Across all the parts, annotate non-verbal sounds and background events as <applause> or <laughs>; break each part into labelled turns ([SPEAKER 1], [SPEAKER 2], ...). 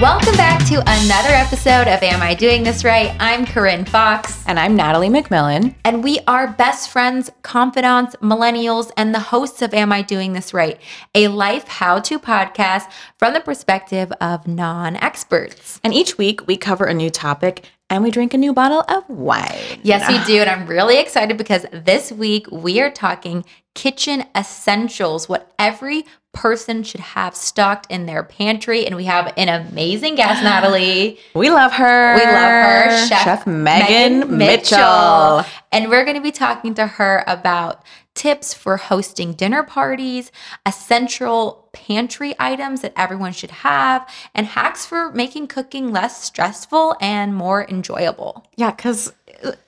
[SPEAKER 1] Welcome back to another episode of Am I Doing This Right? I'm Corinne Fox,
[SPEAKER 2] And I'm Natalie McMillan.
[SPEAKER 1] and we are best friends, confidants, millennials, and the hosts of Am I Doing This Right? A life how to podcast from the perspective of non experts.
[SPEAKER 2] And each week we cover a new topic and we drink a new bottle of wine.
[SPEAKER 1] Yes, we do. And I'm really excited because this week we are talking kitchen essentials, what every person should have stocked in their pantry. And we have an amazing guest, Natalie.
[SPEAKER 2] We love her.
[SPEAKER 1] We love her, Chef,
[SPEAKER 2] Megan,
[SPEAKER 1] Meghan
[SPEAKER 2] Mitchell.
[SPEAKER 1] And we're going to be talking to her about tips for hosting dinner parties, essential pantry items that everyone should have, and hacks for making cooking less stressful and more enjoyable.
[SPEAKER 2] Yeah, because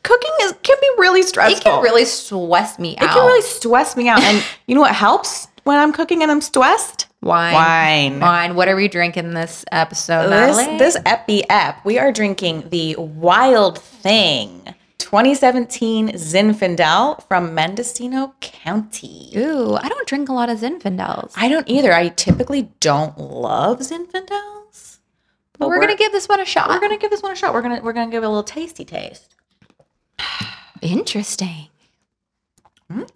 [SPEAKER 2] cooking is, can be really stressful.
[SPEAKER 1] It can really stress me out.
[SPEAKER 2] it can really stress me out. And you know what helps when I'm cooking and I'm stressed?
[SPEAKER 1] wine.
[SPEAKER 2] Wine.
[SPEAKER 1] Wine. What are we drinking this episode? Natalie?
[SPEAKER 2] This this epi ep, we are drinking the Wild Thing 2017 Zinfandel from Mendocino County.
[SPEAKER 1] Ooh, I don't drink a lot of Zinfandels.
[SPEAKER 2] I don't either. I typically don't love Zinfandels.
[SPEAKER 1] But we're, gonna give this one a shot.
[SPEAKER 2] we're gonna give this one a shot. We're gonna we're gonna give it a little tasty taste.
[SPEAKER 1] Interesting. Mm,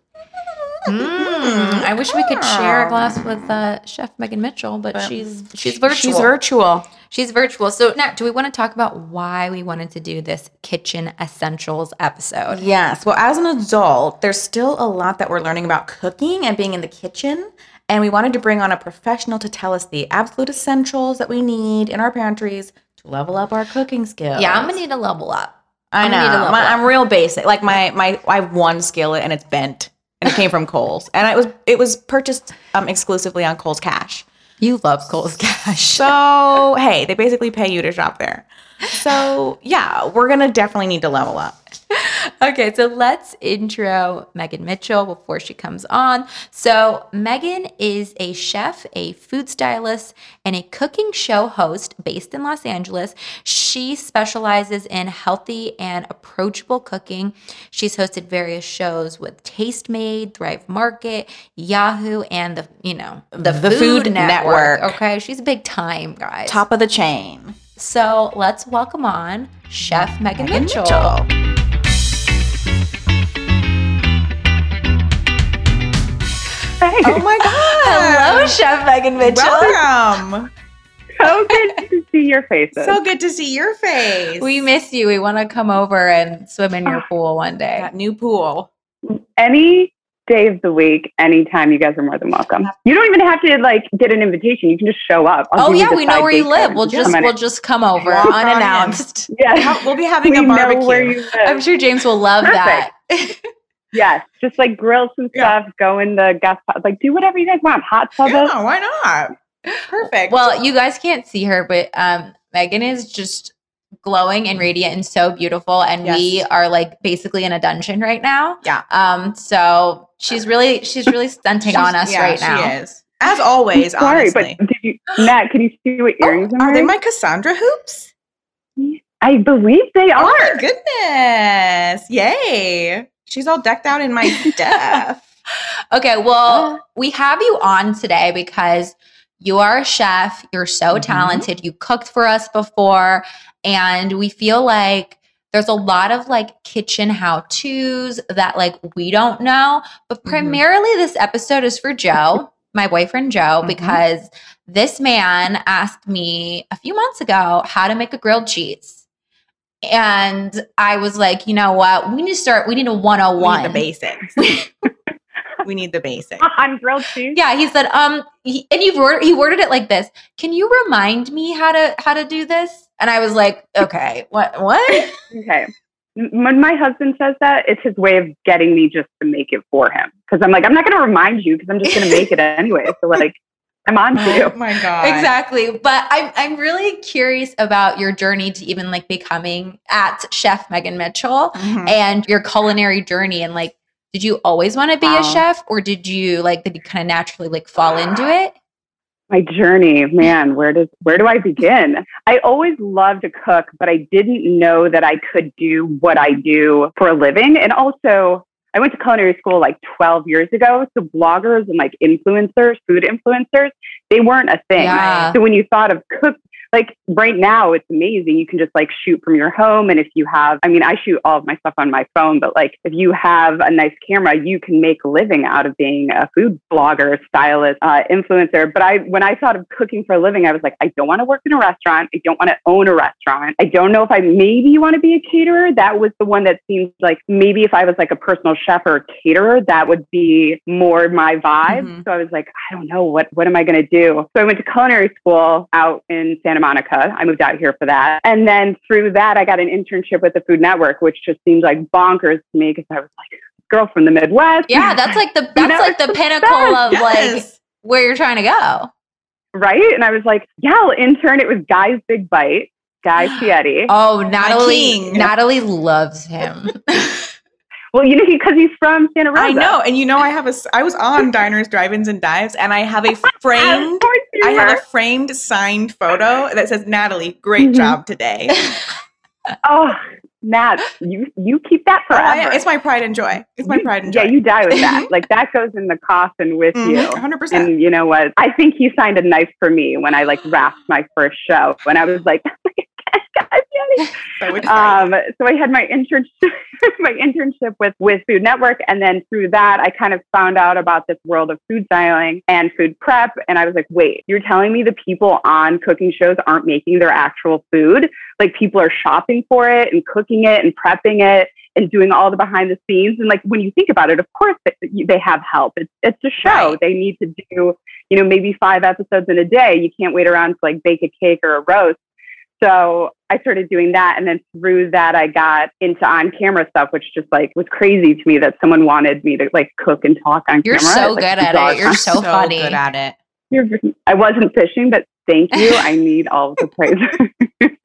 [SPEAKER 1] Hmm, I wish we could share a glass with uh, Chef Megan Mitchell, but she's she's virtual.
[SPEAKER 2] She's virtual.
[SPEAKER 1] She's virtual. So Nat, do we want to talk about why we wanted to do this kitchen essentials episode?
[SPEAKER 2] Yes. Well, as an adult, there's still a lot that we're learning about cooking and being in the kitchen. And we wanted to bring on a professional to tell us the absolute essentials that we need in our pantries to level up our cooking skills.
[SPEAKER 1] Yeah, I'm gonna need to level up.
[SPEAKER 2] I
[SPEAKER 1] I'm
[SPEAKER 2] know.
[SPEAKER 1] gonna need to level
[SPEAKER 2] My-
[SPEAKER 1] up.
[SPEAKER 2] I'm real basic. Like my my I have one skillet and it's bent and it came from Kohl's and it was it was purchased um, exclusively on Kohl's Cash.
[SPEAKER 1] You love Cole's Cash.
[SPEAKER 2] So hey, they basically pay you to shop there. So yeah, we're gonna definitely need to level up.
[SPEAKER 1] Okay, so let's intro Megan Mitchell before she comes on. So, Megan is a chef, a food stylist, and a cooking show host based in Los Angeles. She specializes in healthy and approachable cooking. She's hosted various shows with Taste Made, Thrive Market, Yahoo, and the, you know, the,
[SPEAKER 2] The Food Network.
[SPEAKER 1] Okay, she's big time, guys.
[SPEAKER 2] Top of the chain.
[SPEAKER 1] So, let's welcome on Chef Megan, Mitchell.
[SPEAKER 3] Hey,
[SPEAKER 2] Oh my god!
[SPEAKER 1] Hello, Chef Megan <laughs> Mitchell.
[SPEAKER 2] Welcome.
[SPEAKER 3] so good to see your faces.
[SPEAKER 2] So good to see your face.
[SPEAKER 1] We miss you. We want to come over and swim in
[SPEAKER 2] Ah.
[SPEAKER 1] your pool one day.
[SPEAKER 2] that new pool.
[SPEAKER 3] any day of the week, anytime, you guys are more than welcome. You don't even have to like get an invitation. You can just show up. I'll
[SPEAKER 1] Oh
[SPEAKER 3] give you
[SPEAKER 1] yeah,
[SPEAKER 3] the
[SPEAKER 1] we know
[SPEAKER 3] side
[SPEAKER 1] where you
[SPEAKER 3] daycare
[SPEAKER 1] live.
[SPEAKER 3] and
[SPEAKER 1] We'll just
[SPEAKER 3] come in.
[SPEAKER 1] we'll just come over
[SPEAKER 2] Walk on in.
[SPEAKER 1] unannounced.
[SPEAKER 3] yes,
[SPEAKER 2] We'll be
[SPEAKER 3] <laughs> we
[SPEAKER 2] having a barbecue.
[SPEAKER 3] know where you live.
[SPEAKER 1] <laughs> I'm sure James will love that.
[SPEAKER 3] yes, just like grill some
[SPEAKER 2] Yeah.
[SPEAKER 3] stuff, go in the gas pot, like do whatever you guys want. Hot tub. us.
[SPEAKER 2] Yeah, why not?
[SPEAKER 1] <laughs>
[SPEAKER 2] Perfect.
[SPEAKER 1] Well, you guys can't see her, but um, Megan is just glowing and radiant and so beautiful. And we
[SPEAKER 2] Yes.
[SPEAKER 1] are like basically in a dungeon right now.
[SPEAKER 2] Yeah.
[SPEAKER 1] Um. So she's really she's really stunting
[SPEAKER 2] She's-
[SPEAKER 1] on us
[SPEAKER 2] yeah,
[SPEAKER 1] right
[SPEAKER 2] she
[SPEAKER 1] now.
[SPEAKER 2] is. As always,
[SPEAKER 3] Sorry,
[SPEAKER 2] honestly.
[SPEAKER 3] but did you, Matt? Can you see what
[SPEAKER 1] Oh,
[SPEAKER 3] earrings
[SPEAKER 2] are
[SPEAKER 3] I'm
[SPEAKER 2] they
[SPEAKER 3] wearing?
[SPEAKER 2] my Cassandra hoops?
[SPEAKER 3] I believe they
[SPEAKER 2] Oh
[SPEAKER 3] are. <laughs>
[SPEAKER 2] my goodness. Yay. She's all decked out in my stuff.
[SPEAKER 1] Okay, well, we have you on today because you are a chef. You're so
[SPEAKER 2] Mhm.
[SPEAKER 1] talented. You cooked for us before, and we feel like there's a lot of like kitchen how to's that like we don't know. But
[SPEAKER 2] Mhm.
[SPEAKER 1] primarily, this episode is for <laughs> Joe, my boyfriend Joe,
[SPEAKER 2] Mhm.
[SPEAKER 1] because this man asked me a few months ago how to make a grilled cheese. And I was like, you know what? We need to start. We need a
[SPEAKER 2] We
[SPEAKER 1] 101.
[SPEAKER 2] need the basics. we need the basics.
[SPEAKER 3] I'm grilled cheese.
[SPEAKER 1] Yeah, he said, um, he, and you've word, he worded it like this. Can you remind me how to how to do this? And I was like, okay, what
[SPEAKER 2] <laughs>
[SPEAKER 1] what?
[SPEAKER 3] Okay. M- When my husband says that, it's his way of getting me just to make it for him. Because I'm like, I'm not going to remind you because I'm just going to make it anyway. So, like, I'm on to
[SPEAKER 2] Oh <laughs>
[SPEAKER 3] you.
[SPEAKER 2] my God.
[SPEAKER 1] exactly. But I'm I'm really curious about your journey to even like becoming at Chef Megan Mitchell
[SPEAKER 2] Mhm.
[SPEAKER 1] and your culinary journey and like did you always want to be a
[SPEAKER 3] Wow.
[SPEAKER 1] chef or did you like did you kind of naturally like fall into it?
[SPEAKER 3] My journey, man, where does where do I begin? I always loved to cook, but I didn't know that I could do what I do for a living. And also, I went to culinary school like 12 years ago. So bloggers and like influencers, food influencers, they weren't a thing.
[SPEAKER 1] Yeah.
[SPEAKER 3] So when you thought of cook, like right now it's amazing. You can just like shoot from your home. And if you have, I mean, I shoot all of my stuff on my phone, but like if you have a nice camera, you can make a living out of being a food blogger, stylist, uh, influencer. But I, when I thought of cooking for a living, I was like, I don't want to work in a restaurant. I don't want to own a restaurant. I don't know if I maybe want to be a caterer. That was the one that seemed like maybe if I was like a personal chef or a caterer, that would be more my vibe.
[SPEAKER 2] Mhm.
[SPEAKER 3] So I was like, I don't know what what am I going to do. So I went to culinary school out in Santa Monica. I moved out here for that, and then through that, I got an internship with the Food Network, which just seemed like bonkers to me because I was like, girl from the Midwest.
[SPEAKER 2] <laughs>
[SPEAKER 1] Yeah, that's like the that's
[SPEAKER 3] know,
[SPEAKER 1] like the pinnacle of like
[SPEAKER 2] Yes.
[SPEAKER 1] where you're trying to go.
[SPEAKER 3] right? And I was like, yeah, I'll intern. It was Guy's Big Bite,
[SPEAKER 2] <gasps>
[SPEAKER 3] Guy Fieri.
[SPEAKER 1] Oh, Natalie
[SPEAKER 2] king.
[SPEAKER 1] Natalie loves him.
[SPEAKER 3] Well, you know, because he's from Santa Rosa.
[SPEAKER 2] I know, and you know, I have a. s- I was on diners, drive-ins, and dives, and I have a
[SPEAKER 3] Yeah,
[SPEAKER 2] framed.
[SPEAKER 3] Of course you
[SPEAKER 2] I have
[SPEAKER 3] were.
[SPEAKER 2] a framed signed photo that says, "Natalie, great
[SPEAKER 3] Mhm.
[SPEAKER 2] job today."
[SPEAKER 3] Oh,
[SPEAKER 2] <gasps>
[SPEAKER 3] Matt, you you keep that
[SPEAKER 2] Oh,
[SPEAKER 3] forever.
[SPEAKER 2] I- it's my pride and joy. It's my
[SPEAKER 3] You-
[SPEAKER 2] pride and joy. Mm-hmm.
[SPEAKER 3] yeah, you die
[SPEAKER 2] <laughs>
[SPEAKER 3] with that. like that goes in the coffin with you.
[SPEAKER 2] One hundred percent.
[SPEAKER 3] And you know what? I think he signed a knife for me when I like wrapped my first show. When I was like, <laughs> oh my God, guys, yes.
[SPEAKER 2] So it's
[SPEAKER 3] um, so I had my internship, <laughs> my internship with with Food Network, and then through that, I kind of found out about this world of food styling and food prep, and I was like, wait, you're telling me the people on cooking shows aren't making their actual food? Like people are shopping for it and cooking it and prepping it and doing all the behind the scenes. And like when you think about it, of course that you- they have help. It's it's a show.
[SPEAKER 2] Right.
[SPEAKER 3] They need to do you know maybe five episodes in a day. You can't wait around to like bake a cake or a roast. So I started doing that. And then through that, I got into on camera stuff, which just like was crazy to me that someone wanted me to like cook and talk on
[SPEAKER 1] You're
[SPEAKER 3] camera.
[SPEAKER 1] so
[SPEAKER 3] Like,
[SPEAKER 1] good at
[SPEAKER 3] bizarre
[SPEAKER 1] it. You're so, funny.
[SPEAKER 2] good at it.
[SPEAKER 3] <laughs> You're- I wasn't fishing, but thank you.
[SPEAKER 1] <laughs>
[SPEAKER 3] I need all of the praise. <laughs>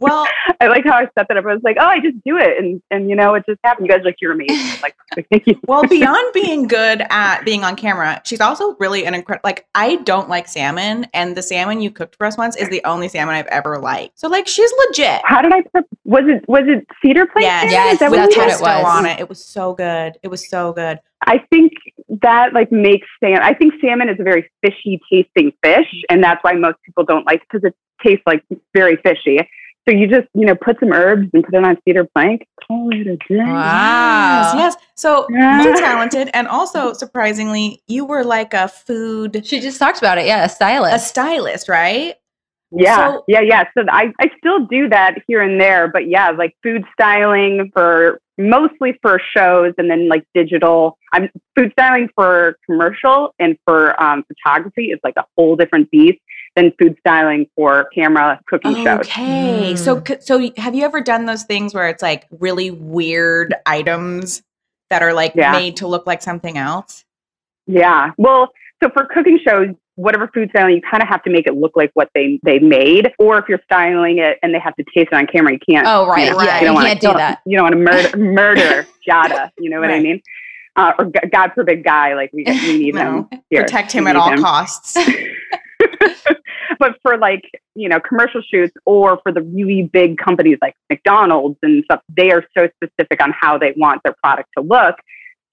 [SPEAKER 2] Well,
[SPEAKER 3] I like how I set that up. I was like, oh, I just do it. And, and you know, it just happened. You guys are like, you're amazing. Like, <laughs> thank you.
[SPEAKER 2] well, beyond being good at being on camera, she's also really an incredible. Like, I don't like salmon, and the salmon you cooked for us once is the only salmon I've ever liked. So, like, she's legit.
[SPEAKER 3] How did I, prep- was it, was it cedar plate?
[SPEAKER 2] Yes,
[SPEAKER 3] salmon?
[SPEAKER 1] Yes,
[SPEAKER 3] Is that
[SPEAKER 2] with
[SPEAKER 3] what
[SPEAKER 1] that's
[SPEAKER 3] you
[SPEAKER 1] what
[SPEAKER 3] had?
[SPEAKER 1] it
[SPEAKER 2] pesto
[SPEAKER 1] was.
[SPEAKER 2] on it. It was so good. It was so good.
[SPEAKER 3] I think that like makes salmon. I think salmon is a very fishy tasting fish, and that's why most people don't like because it tastes like very fishy. So you just you know put some herbs and put it on cedar plank. Call it a day.
[SPEAKER 1] Wow.
[SPEAKER 2] Yes. yes. So
[SPEAKER 3] Uh. Yeah.
[SPEAKER 2] you're talented, and also surprisingly, you were like a food
[SPEAKER 1] She just talked about it. Yeah, a
[SPEAKER 2] a
[SPEAKER 1] stylist.
[SPEAKER 2] stylist, right?
[SPEAKER 3] Yeah,
[SPEAKER 2] So-
[SPEAKER 3] yeah, yeah. So I, I still do that here and there, but yeah, like food styling for mostly for shows and then like digital. I'm food styling for commercial and for um, photography is like a whole different beast than food styling for camera cooking shows.
[SPEAKER 2] Oh,
[SPEAKER 3] Mm.
[SPEAKER 2] Okay. So c- so y- have you ever done those things where it's like really weird items that are like
[SPEAKER 3] Yeah.
[SPEAKER 2] made to look like something else?
[SPEAKER 3] Yeah. Well, so for cooking shows, whatever food styling, you kind of have to make it look like what they they made, or if you're styling it and they have to taste it on camera, you can't.
[SPEAKER 1] Oh right,
[SPEAKER 3] you know,
[SPEAKER 1] yeah,
[SPEAKER 2] right.
[SPEAKER 3] you don't
[SPEAKER 1] you
[SPEAKER 3] wanna
[SPEAKER 1] can't do
[SPEAKER 3] kill-
[SPEAKER 1] that.
[SPEAKER 3] You don't want
[SPEAKER 1] <laughs>
[SPEAKER 3] to murder murder Jada. You know what I
[SPEAKER 2] Right.
[SPEAKER 3] mean? Uh, or g- God forbid, guy like we
[SPEAKER 1] <laughs>
[SPEAKER 3] we need
[SPEAKER 2] No.
[SPEAKER 3] him here.
[SPEAKER 2] Protect
[SPEAKER 3] We
[SPEAKER 2] him at
[SPEAKER 3] need
[SPEAKER 2] all costs.
[SPEAKER 3] But for like you know commercial shoots or for the really big companies like McDonald's and stuff, they are so specific on how they want their product to look.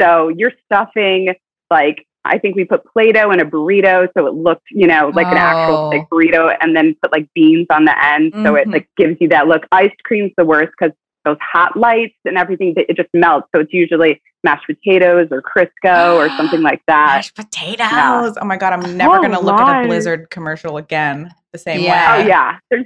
[SPEAKER 3] So you're stuffing like I think we put Play-Doh in a burrito, so it looked you know like an
[SPEAKER 1] Oh.
[SPEAKER 3] actual thick burrito, and then put like beans on the end, so it
[SPEAKER 2] Mhm.
[SPEAKER 3] like gives you that look. Ice cream's the worst because those hot lights and everything that it just melts. So it's usually mashed potatoes or Crisco or something like that.
[SPEAKER 2] Mashed potatoes. Oh my god, I'm never
[SPEAKER 3] Oh,
[SPEAKER 2] gonna look at
[SPEAKER 3] my.
[SPEAKER 2] a Blizzard commercial again the same
[SPEAKER 1] Yeah.
[SPEAKER 2] way.
[SPEAKER 3] Oh yeah, there's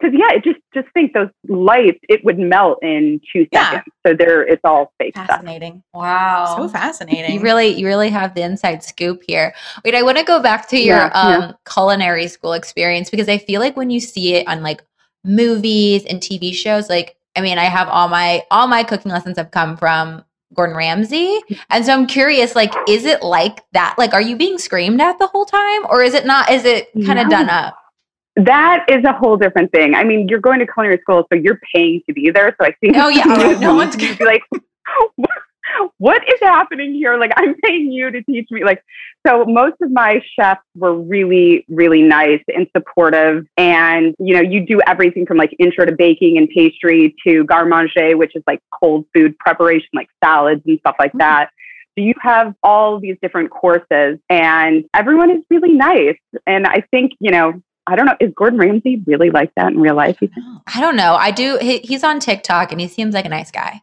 [SPEAKER 3] because yeah, it just just think those lights it would melt in two
[SPEAKER 2] Yeah.
[SPEAKER 3] seconds. So there, it's all fake stuff.
[SPEAKER 2] <laughs> Fascinating.
[SPEAKER 1] Wow.
[SPEAKER 2] So fascinating.
[SPEAKER 1] You really, you really have the inside scoop here. Wait, I want to go back to your
[SPEAKER 3] Yeah,
[SPEAKER 1] um,
[SPEAKER 3] yeah.
[SPEAKER 1] culinary school experience because I feel like when you see it on like movies and TV shows, like I mean, I have all my all my cooking lessons have come from Gordon Ramsay, and so I'm curious, like, is it like that? Like, are you being screamed at the whole time, or is it not? Is it kind of
[SPEAKER 3] No.
[SPEAKER 1] done up?
[SPEAKER 3] That is a whole different thing. I mean, you're going to culinary school, so you're paying to be there. So I think
[SPEAKER 1] Oh, yeah.
[SPEAKER 3] <laughs> you
[SPEAKER 1] Oh,
[SPEAKER 3] would
[SPEAKER 2] no one's <laughs>
[SPEAKER 3] be like, <laughs> what, what is happening here? Like, I'm paying you to teach me. Like, so most of my chefs were really, really nice and supportive. And you know, you do everything from like intro to baking and pastry to garmanger, which is like cold food preparation, like salads and stuff like that. So you have all these different courses, and everyone is really nice. And I think you know I don't know. Is Gordon Ramsay really like that in real life? He's
[SPEAKER 1] I don't know. I do. He, he's on TikTok and he seems like a nice guy.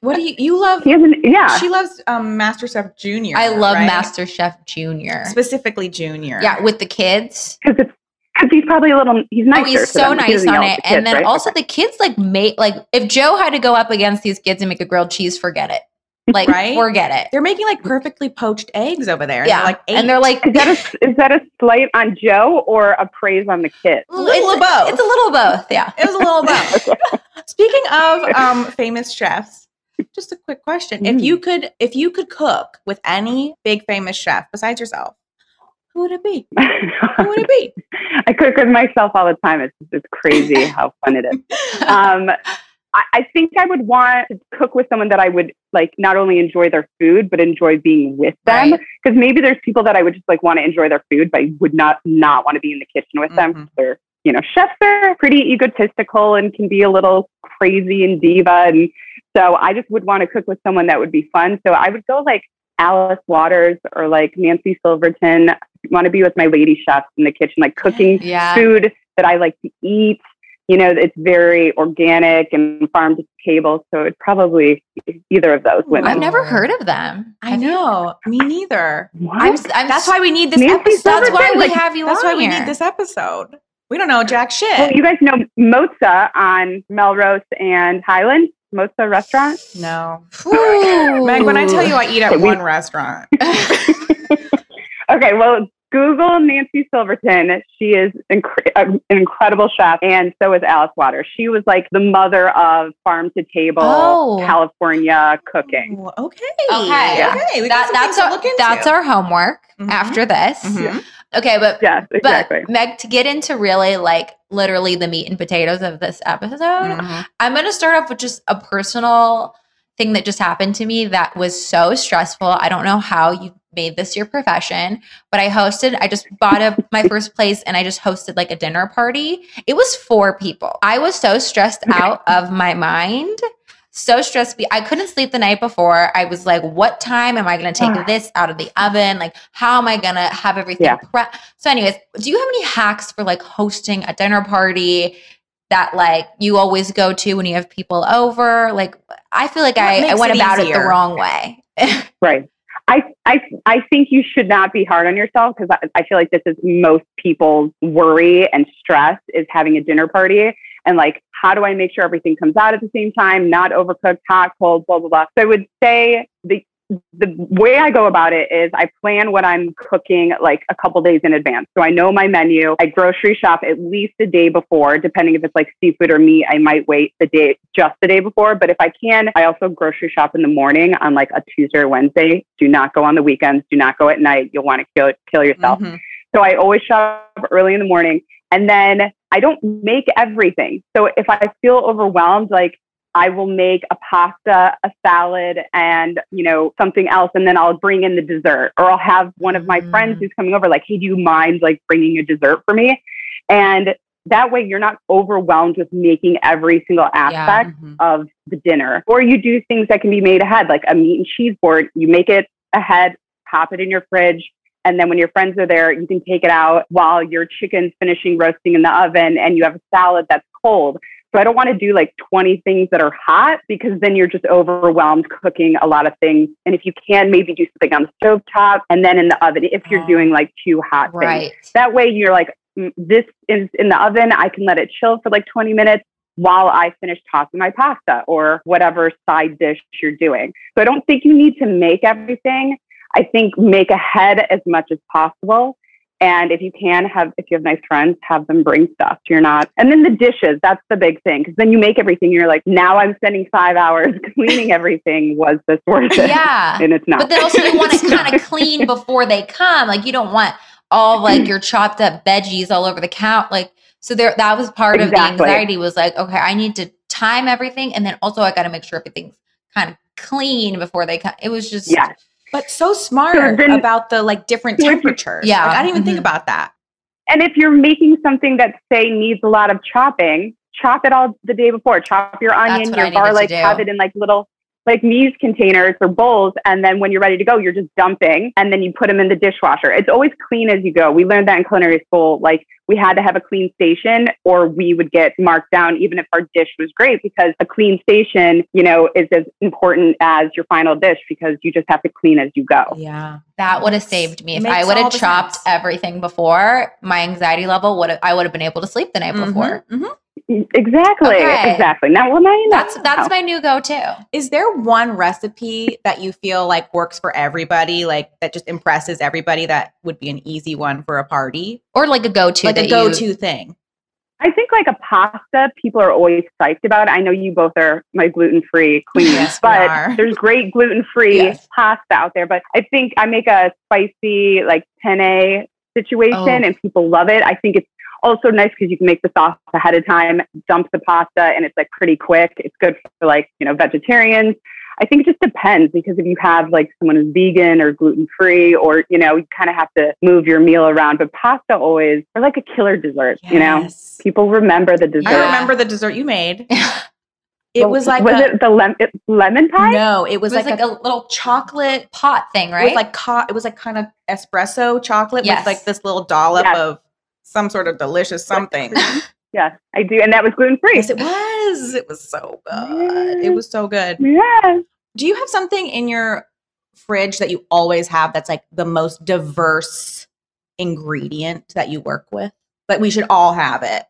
[SPEAKER 2] What do you you love?
[SPEAKER 3] He isn't, yeah.
[SPEAKER 2] She loves um, MasterChef Junior.
[SPEAKER 1] I love
[SPEAKER 2] right?
[SPEAKER 1] Master MasterChef Junior.
[SPEAKER 2] specifically Junior.
[SPEAKER 1] Yeah, with the kids.
[SPEAKER 3] Because it's because he's probably a little he's nicer.
[SPEAKER 1] Oh, he's
[SPEAKER 3] to
[SPEAKER 1] so
[SPEAKER 3] them. He
[SPEAKER 1] nice
[SPEAKER 3] doesn't
[SPEAKER 1] on
[SPEAKER 3] yell at
[SPEAKER 1] it.
[SPEAKER 3] the kids,
[SPEAKER 1] and then
[SPEAKER 3] right?
[SPEAKER 1] also the kids like make like if Joe had to go up against these kids and make a grilled cheese, forget it. Like
[SPEAKER 2] Right?
[SPEAKER 1] forget it.
[SPEAKER 2] they're making like perfectly poached eggs over there. And
[SPEAKER 1] yeah,
[SPEAKER 2] they're like eight.
[SPEAKER 1] and they're like
[SPEAKER 3] Is that a is that a slight on Joe or a praise on the <laughs> kid?
[SPEAKER 2] a little of both.
[SPEAKER 1] It's a little of both. Yeah.
[SPEAKER 2] it was
[SPEAKER 1] <laughs>
[SPEAKER 2] a little both. Speaking of um, famous chefs, just a quick question: If
[SPEAKER 3] Mm.
[SPEAKER 2] you could, if you could cook with any big famous chef besides yourself, who would it be? Who would it be?
[SPEAKER 3] I cook with myself all the time. It's it's
[SPEAKER 1] <laughs>
[SPEAKER 3] crazy how fun it is. Um, I, I think I would want to cook with someone that I would like not only enjoy their food but enjoy being with them.
[SPEAKER 1] Right.
[SPEAKER 3] Because maybe there's people that I would just like want to enjoy their food, but I would not not want to be in the kitchen with
[SPEAKER 1] Mm-hmm.
[SPEAKER 3] them.
[SPEAKER 2] Mhm.
[SPEAKER 3] They're you know chefs are pretty egotistical and can be a little crazy and diva, and so I just would want to cook with someone that would be fun. So I would go like Alice Waters or like Nancy Silverton. Want to be with my lady chefs in the kitchen, like cooking
[SPEAKER 1] Yeah.
[SPEAKER 3] food that I like to eat. You know, it's very organic and farm to table. So it's probably e-, either of those women.
[SPEAKER 1] I've never heard of them.
[SPEAKER 2] I
[SPEAKER 1] Have you? <laughs>
[SPEAKER 2] know, me neither.
[SPEAKER 3] What?
[SPEAKER 1] I'm, s- I'm
[SPEAKER 2] That's
[SPEAKER 1] s-
[SPEAKER 2] why we need this
[SPEAKER 3] Nancy
[SPEAKER 2] episode.
[SPEAKER 1] that's why we
[SPEAKER 3] Silverton's
[SPEAKER 1] have you
[SPEAKER 2] That's
[SPEAKER 1] on
[SPEAKER 2] why we
[SPEAKER 1] here.
[SPEAKER 2] need this episode. We don't know jack shit.
[SPEAKER 3] well, you guys know Moza on Melrose and Highland, Moza restaurant.
[SPEAKER 2] no,
[SPEAKER 1] Ooh.
[SPEAKER 2] Meg. When I tell you I eat at
[SPEAKER 3] <laughs> We-
[SPEAKER 2] one restaurant,
[SPEAKER 3] Okay, well, Google Nancy Silverton. She is incre- uh, an incredible chef, and so is Alice Waters. She was like the mother of farm to table
[SPEAKER 1] Oh.
[SPEAKER 3] California cooking.
[SPEAKER 2] Well, okay,
[SPEAKER 1] Okay.
[SPEAKER 3] Yeah.
[SPEAKER 2] okay. We
[SPEAKER 1] That-
[SPEAKER 2] got some
[SPEAKER 1] that's
[SPEAKER 2] things to
[SPEAKER 1] our,
[SPEAKER 2] look into.
[SPEAKER 1] that's our homework
[SPEAKER 2] Mhm.
[SPEAKER 1] after this.
[SPEAKER 3] Mm-hmm.
[SPEAKER 2] Mhm.
[SPEAKER 1] Okay, but
[SPEAKER 3] Yes, exactly.
[SPEAKER 1] but Meg, to get into really like literally the meat and potatoes of this episode,
[SPEAKER 2] Mhm.
[SPEAKER 3] Mm-hmm.
[SPEAKER 1] I'm gonna start off with just a personal thing that just happened to me that was so stressful. I don't know how you made this your profession, but I hosted, I just bought up my first place and I just hosted like a dinner party. It was four people. I was so stressed out of my mind. So stressed. be- I couldn't sleep the night before. I was like, what time am I going to
[SPEAKER 2] Ah.
[SPEAKER 1] take this out of the oven? Like, how am I going to have everything
[SPEAKER 3] Yeah.
[SPEAKER 1] prep? So, anyways, do you have any hacks for like hosting a dinner party that like you always go to when you have people over? Like, I feel like
[SPEAKER 2] What
[SPEAKER 1] I, I
[SPEAKER 2] makes
[SPEAKER 1] went
[SPEAKER 2] it
[SPEAKER 1] about it the
[SPEAKER 2] easier?
[SPEAKER 1] wrong way.
[SPEAKER 3] Right. I, I, I think you should not be hard on yourself because I, I feel like this is most people's worry and stress is having a dinner party and like, how do I make sure everything comes out at the same time, not overcooked, hot, cold, blah, blah, blah. So I would say the, the way I go about it is I plan what I'm cooking like a couple days in advance. So I know my menu. I grocery shop at least a day before, depending if it's like seafood or meat, I might wait the day just the day before. But if I can, I also grocery shop in the morning on like a Tuesday or Wednesday. Do not go on the weekends. Do not go at night. You'll want to kill kill yourself.
[SPEAKER 2] Mhm.
[SPEAKER 3] So I always shop early in the morning. And then I don't make everything. So if I feel overwhelmed, like I will make a pasta, a salad, and you know, something else, and then I'll bring in the dessert. Or I'll have one of my
[SPEAKER 2] Mm.
[SPEAKER 3] friends who's coming over, like, hey, do you mind like bringing a dessert for me? And that way you're not overwhelmed with making every single aspect
[SPEAKER 2] Mhm.
[SPEAKER 3] of the dinner. Or you do things that can be made ahead, like a meat and cheese board. You make it ahead, pop it in your fridge. And then when your friends are there, you can take it out while your chicken's finishing roasting in the oven and you have a salad that's cold. So I don't want to do like 20 things that are hot because then you're just overwhelmed cooking a lot of things. And if you can, maybe do something on the stovetop and then in the oven if you're
[SPEAKER 2] Oh.
[SPEAKER 3] doing like two hot things.
[SPEAKER 1] right.
[SPEAKER 3] That way you're like, "Mm, this is in the oven. I can let it chill for like 20 minutes while I finish tossing my pasta or whatever side dish you're doing. So I don't think you need to make everything. I think make ahead as much as possible. And if you can have, if you have nice friends, have them bring stuff. You're not. And then the dishes, that's the big thing. Cause then you make everything. You're like, now I'm spending five hours <laughs> cleaning everything. Was this worth
[SPEAKER 2] <laughs>
[SPEAKER 3] it?
[SPEAKER 1] Yeah.
[SPEAKER 3] And it's not.
[SPEAKER 1] But then also you want
[SPEAKER 3] <laughs> It's
[SPEAKER 1] to kind
[SPEAKER 3] not.
[SPEAKER 1] of clean before they come. Like you don't want all like your chopped up veggies all over the count. Like so there that was part of the
[SPEAKER 3] Exactly.
[SPEAKER 1] anxiety was like, okay, I need to time everything and then also I gotta make sure everything's kind of clean before they come. It was just
[SPEAKER 3] Yeah.
[SPEAKER 2] But so smart
[SPEAKER 3] then-
[SPEAKER 2] about the like different
[SPEAKER 3] Which-
[SPEAKER 2] temperatures.
[SPEAKER 1] Yeah.
[SPEAKER 2] Like, I didn't even think
[SPEAKER 1] Mhm.
[SPEAKER 2] about that.
[SPEAKER 3] And if you're making something that say needs a lot of chopping, chop it all the day before. Chop your onion,
[SPEAKER 1] what I
[SPEAKER 3] your
[SPEAKER 1] needed to
[SPEAKER 3] garlic,
[SPEAKER 1] do.
[SPEAKER 3] have it in like little like Mies containers or bowls. And then when you're ready to go, you're just dumping and then you put them in the dishwasher. It's always clean as you go. We learned that in culinary school. Like we had to have a clean station or we would get marked down even if our dish was great because a clean station, you know, is as important as your final dish because you just have to clean as you go.
[SPEAKER 2] Yeah.
[SPEAKER 1] That would have saved me if
[SPEAKER 2] Makes
[SPEAKER 1] I would
[SPEAKER 2] all
[SPEAKER 1] have
[SPEAKER 2] the
[SPEAKER 1] chopped
[SPEAKER 2] sense.
[SPEAKER 1] everything before. My anxiety level would have, I would have been able to sleep the night before.
[SPEAKER 2] Mhm, mhm.
[SPEAKER 3] Exactly.
[SPEAKER 1] Okay.
[SPEAKER 3] Exactly. Now, well, now you know.
[SPEAKER 1] That's that's my new go-to.
[SPEAKER 2] Is there one recipe that you feel like works for everybody, like that just impresses everybody that would be an easy one for a party?
[SPEAKER 1] Or like a go-to
[SPEAKER 2] like
[SPEAKER 1] that
[SPEAKER 2] a
[SPEAKER 1] you-
[SPEAKER 2] go to thing.
[SPEAKER 3] I think like a pasta, people are always psyched about. I know you both are my gluten free
[SPEAKER 1] <laughs>
[SPEAKER 3] queens,
[SPEAKER 2] Yes, we are.
[SPEAKER 3] but there's great gluten free
[SPEAKER 1] Yes.
[SPEAKER 3] pasta out there. But I think I make a spicy like penne situation,
[SPEAKER 1] Oh.
[SPEAKER 3] and people love it. I think it's also nice because you can make the sauce ahead of time, dump the pasta, and it's like pretty quick. It's good for like you know vegetarians. I think it just depends because if you have like someone who's vegan or gluten free, or you know, you kind of have to move your meal around. But pasta always, or like a killer dessert, you know
[SPEAKER 2] Yes.
[SPEAKER 3] people remember the dessert.
[SPEAKER 2] I
[SPEAKER 1] Yeah.
[SPEAKER 2] remember the dessert you made. It
[SPEAKER 3] Well,
[SPEAKER 2] was like
[SPEAKER 3] was
[SPEAKER 2] a-
[SPEAKER 3] it the lem- it- lemon pie?
[SPEAKER 2] no, it was,
[SPEAKER 1] It was like,
[SPEAKER 2] like, a,
[SPEAKER 1] a, little chocolate pot thing,
[SPEAKER 2] It
[SPEAKER 1] right?
[SPEAKER 2] was like co- it was like kind of espresso chocolate
[SPEAKER 1] Yes.
[SPEAKER 2] with like this little dollop
[SPEAKER 3] Yes.
[SPEAKER 2] of some sort of delicious something.
[SPEAKER 3] Yes, I do, and that was gluten
[SPEAKER 2] <laughs>
[SPEAKER 3] free.
[SPEAKER 2] yes, it was. It was so good. It was so good.
[SPEAKER 3] Yes.
[SPEAKER 2] Do you have something in your fridge that you always have that's like the most diverse ingredient that you work with? But we should all have it.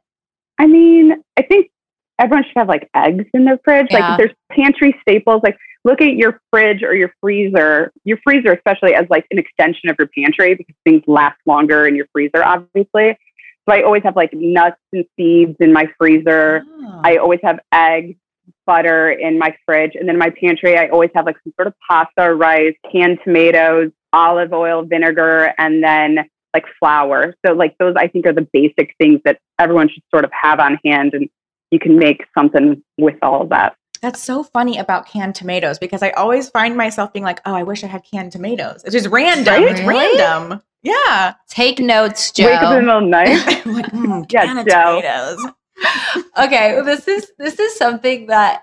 [SPEAKER 3] I mean, I think everyone should have like eggs in their fridge.
[SPEAKER 1] Yeah.
[SPEAKER 3] Like, there's pantry staples. Like, look at your fridge or your freezer, your freezer especially as like an extension of your pantry because things last longer in your freezer, obviously. So I always have like nuts and seeds in my freezer. I always have eggs, butter in my fridge. And then in my pantry, I always have like some sort of pasta, or rice, canned tomatoes, olive oil, vinegar, and then like flour. So, like, those I think are the basic things that everyone should sort of have on hand. And you can make something with all of that.
[SPEAKER 2] That's so funny about canned tomatoes because I always find myself being like, oh, I wish I had canned tomatoes. It's just random.
[SPEAKER 1] Right?
[SPEAKER 2] It's
[SPEAKER 1] Really?
[SPEAKER 2] random. Yeah.
[SPEAKER 1] Take notes,
[SPEAKER 3] Wake up in the
[SPEAKER 1] Joe.
[SPEAKER 3] middle of the
[SPEAKER 1] <laughs>
[SPEAKER 3] night.
[SPEAKER 2] I'm like, mm,
[SPEAKER 3] <laughs> Yeah,
[SPEAKER 2] canned
[SPEAKER 3] Joe.
[SPEAKER 2] tomatoes.
[SPEAKER 1] okay, well, this is this is something that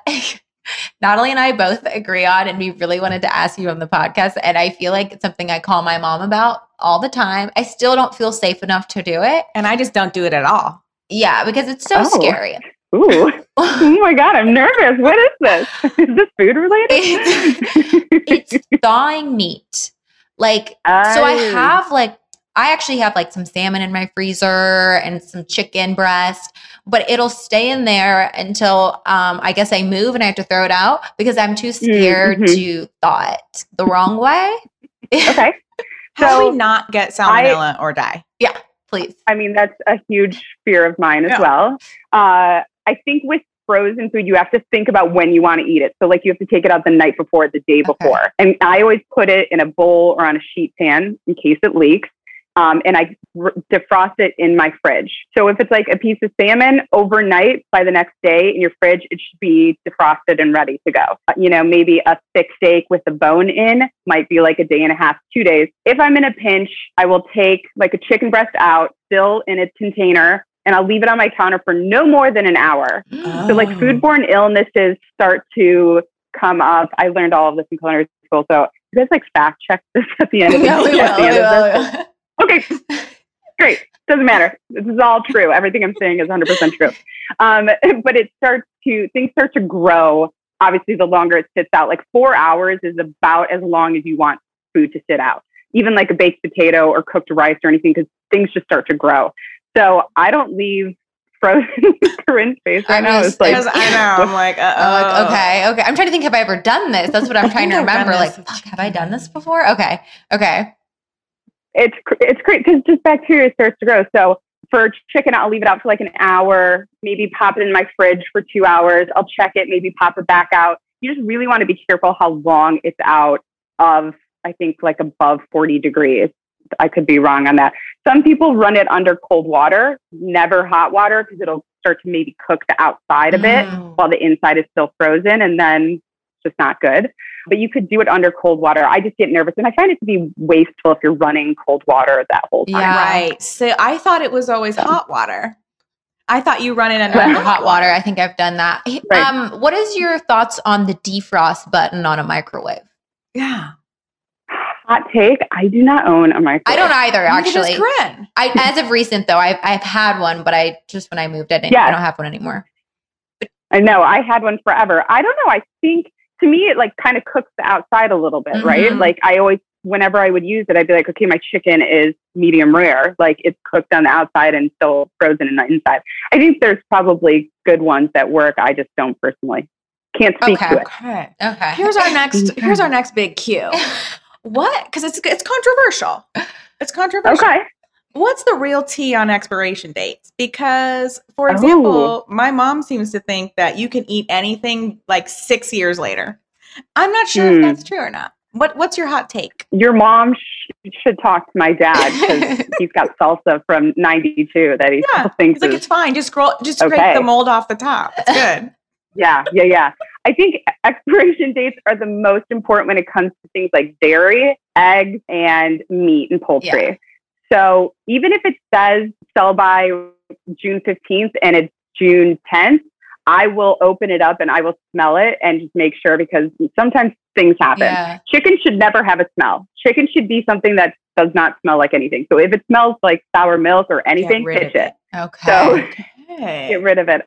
[SPEAKER 1] <laughs> Natalie and I both agree on, and we really wanted to ask you on the podcast. And I feel like it's something I call my mom about all the time. I still don't feel safe enough to do it.
[SPEAKER 2] And I just don't do it at all.
[SPEAKER 1] Yeah, because it's so
[SPEAKER 3] Oh.
[SPEAKER 1] scary. <laughs>
[SPEAKER 3] Ooh. Oh my God, I'm nervous. What is this? <laughs> Is this food related? <laughs>
[SPEAKER 1] it's <laughs> thawing meat. Like So I
[SPEAKER 3] Oh.
[SPEAKER 1] have like I actually have like some salmon in my freezer and some chicken breast, but it'll stay in there until um, I guess I move and I have to throw it out because I'm
[SPEAKER 2] Mm,
[SPEAKER 1] too scared
[SPEAKER 2] mm-hmm.
[SPEAKER 3] mhm.
[SPEAKER 1] to thaw it the wrong way.
[SPEAKER 3] Okay.
[SPEAKER 2] How do
[SPEAKER 3] So
[SPEAKER 2] we not get salmonella or die?
[SPEAKER 1] Please.
[SPEAKER 3] I mean, that's a huge fear of mine as
[SPEAKER 2] Yeah.
[SPEAKER 3] well. Uh, I think with frozen food, you have to think about when you want to eat it. So, like, you have to take it out the night before, the day before. And I always put it in a bowl or on a sheet pan in case it leaks. Um, and I r- defrost it in my fridge. So if it's like a piece of salmon overnight, by the next day in your fridge, it should be defrosted and ready to go. Uh, You know, maybe a thick steak with a bone in might be like a day and a half, two days. If I'm in a pinch, I will take like a chicken breast out, still in its container, and I'll leave it on my counter for no more than an hour. So like
[SPEAKER 2] Oh.
[SPEAKER 3] foodborne illnesses start to come up. I learned all of this in culinary school, so you guys like fact check this <laughs> at the end of the,
[SPEAKER 1] Yeah, we will,
[SPEAKER 3] <laughs> at the
[SPEAKER 1] we
[SPEAKER 3] end of
[SPEAKER 1] will,
[SPEAKER 3] this.
[SPEAKER 1] we will.
[SPEAKER 3] Okay. Great. Doesn't matter. This is all true. Everything I'm saying is 100% true. Um, <laughs> but it starts to, things start to grow. Obviously, the longer it sits out, like four hours is about as long as you want food to sit out, even like a baked potato or cooked rice or anything, because things just start to grow. So I don't leave frozen <laughs> Corinne's face
[SPEAKER 1] I
[SPEAKER 3] right now.
[SPEAKER 1] was-
[SPEAKER 3] It's like,
[SPEAKER 2] Because I know. I'm
[SPEAKER 3] <laughs>
[SPEAKER 2] like, uh
[SPEAKER 1] I'm
[SPEAKER 2] oh.
[SPEAKER 1] like, okay, okay. I'm trying to think. Have I ever done this? That's
[SPEAKER 2] <laughs>
[SPEAKER 1] what
[SPEAKER 2] I
[SPEAKER 1] I'm trying
[SPEAKER 2] think
[SPEAKER 1] to
[SPEAKER 2] I've done
[SPEAKER 1] remember. Like,
[SPEAKER 2] this with
[SPEAKER 1] fuck, have I done this before? Okay, okay.
[SPEAKER 3] it's cr- it's great because just bacteria starts to grow. So for chicken, I'll leave it out for like an hour, maybe pop it in my fridge for two hours. I'll check it, maybe pop it back out. You just really want to be careful how long it's out of. I think like above forty degrees. I could be wrong on that. Some people run it under cold water, never hot water, because it'll start to maybe cook the outside a bit
[SPEAKER 1] Mm.
[SPEAKER 3] while the inside is still frozen, and then it's just not good but you could do it under cold water. I just get nervous and I find it to be wasteful if you're running cold water that whole time.
[SPEAKER 1] Yeah.
[SPEAKER 2] Right. So I thought it was always hot water. I thought you run it under
[SPEAKER 1] Under
[SPEAKER 2] hot
[SPEAKER 1] hot
[SPEAKER 3] <laughs>
[SPEAKER 1] water. I think I've done that.
[SPEAKER 3] Right.
[SPEAKER 1] Um, what is your thoughts on the defrost button on a microwave?
[SPEAKER 2] Yeah.
[SPEAKER 3] Hot take: I do not own a microwave.
[SPEAKER 1] I don't either,
[SPEAKER 2] Actually,
[SPEAKER 1] actually.
[SPEAKER 2] Corinne.
[SPEAKER 1] I, as of recent, though, I've, I've had one, but I just when I moved, I didn't. I
[SPEAKER 3] Yes.
[SPEAKER 1] don't have one anymore.
[SPEAKER 3] I know I had one forever. I don't know. I think to me, it like kind of cooks the outside a little bit, right?
[SPEAKER 1] Mhm.
[SPEAKER 3] Like I always, whenever I would use it, I'd be like, okay, my chicken is medium rare. Like it's cooked on the outside and still frozen in the inside. I think there's probably good ones that work. I just don't personally. Can't speak
[SPEAKER 1] Okay.
[SPEAKER 3] to it.
[SPEAKER 2] Okay.
[SPEAKER 1] Okay.
[SPEAKER 2] <laughs> Here's our next. Here's our next big cue. <laughs> What? Because it's it's controversial. It's controversial.
[SPEAKER 3] Okay.
[SPEAKER 2] What's the real tea on expiration dates? Because, for
[SPEAKER 3] Oh.
[SPEAKER 2] example, my mom seems to think that you can eat anything like six years later. I'm not sure if
[SPEAKER 3] Hmm.
[SPEAKER 2] that's true or not. What What's your hot take?
[SPEAKER 3] Your mom sh- should talk to my dad
[SPEAKER 2] <laughs>
[SPEAKER 3] because he's got salsa from 92 that he
[SPEAKER 2] Yeah.
[SPEAKER 3] still thinks
[SPEAKER 2] It's like
[SPEAKER 3] is
[SPEAKER 2] it's fine. Just scroll. Just scrape
[SPEAKER 3] Okay.
[SPEAKER 2] the mold off the top.
[SPEAKER 3] <laughs>
[SPEAKER 2] It's good.
[SPEAKER 3] Yeah, yeah, yeah. I think e-, expiration <laughs> dates are the most important when it comes to things like dairy, eggs, and meat and poultry. So even if it says sell by June 15th and it's June 10th, I will open it up and I will smell it and just make sure because sometimes things happen.
[SPEAKER 1] yeah.
[SPEAKER 3] Chicken should never have a smell. Chicken should be something that does not smell like anything. So if it smells like sour milk or anything,
[SPEAKER 2] rid of
[SPEAKER 3] pitch it.
[SPEAKER 1] Okay.
[SPEAKER 3] <laughs> So
[SPEAKER 2] Okay.
[SPEAKER 3] get rid of it.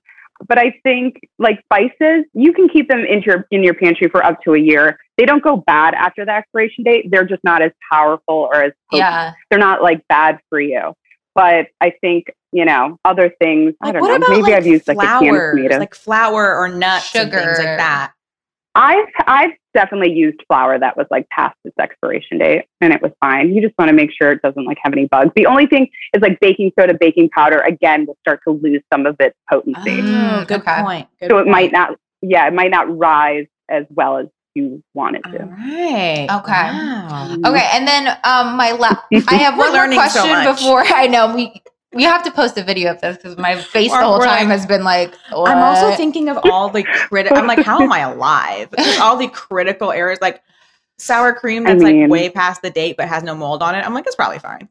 [SPEAKER 3] But I think like spices, you can keep them in your in your pantry for up to a year. They don't go bad after the expiration date. They're just not as powerful or as potent.
[SPEAKER 1] yeah.
[SPEAKER 3] they're not like bad for you. But I think you know other things. I don't know. Maybe I've used like a can of tomatoes.
[SPEAKER 2] like flour or nuts, and things
[SPEAKER 1] Sugar.
[SPEAKER 2] like that.
[SPEAKER 3] I've I've definitely used flour that was like past its expiration date and it was fine. You just want to make sure it doesn't like have any bugs. The only thing is like baking soda, baking powder again will start to lose some of its potency.
[SPEAKER 1] Mm,
[SPEAKER 2] Oh, good
[SPEAKER 1] okay.
[SPEAKER 2] point. Good
[SPEAKER 3] so it
[SPEAKER 2] point.
[SPEAKER 3] might not yeah it might not rise as well as you want it
[SPEAKER 2] All
[SPEAKER 3] to
[SPEAKER 2] right.
[SPEAKER 1] Okay.
[SPEAKER 2] Wow.
[SPEAKER 1] Okay. And then um, my
[SPEAKER 2] <laughs>
[SPEAKER 1] la- I have
[SPEAKER 2] We're
[SPEAKER 1] one more
[SPEAKER 2] learning so
[SPEAKER 1] question
[SPEAKER 2] much.
[SPEAKER 1] before <laughs> I know we. We have to post a video of this because my face the
[SPEAKER 2] Or
[SPEAKER 1] whole
[SPEAKER 2] we're
[SPEAKER 1] time
[SPEAKER 2] like-
[SPEAKER 1] has been like. What?
[SPEAKER 2] I'm also thinking of all the critical. I'm like, how am I alive? There's all the critical errors, like sour cream
[SPEAKER 3] I
[SPEAKER 2] that's
[SPEAKER 3] mean-
[SPEAKER 2] like way past the date but has no mold on it. I'm like, it's probably fine.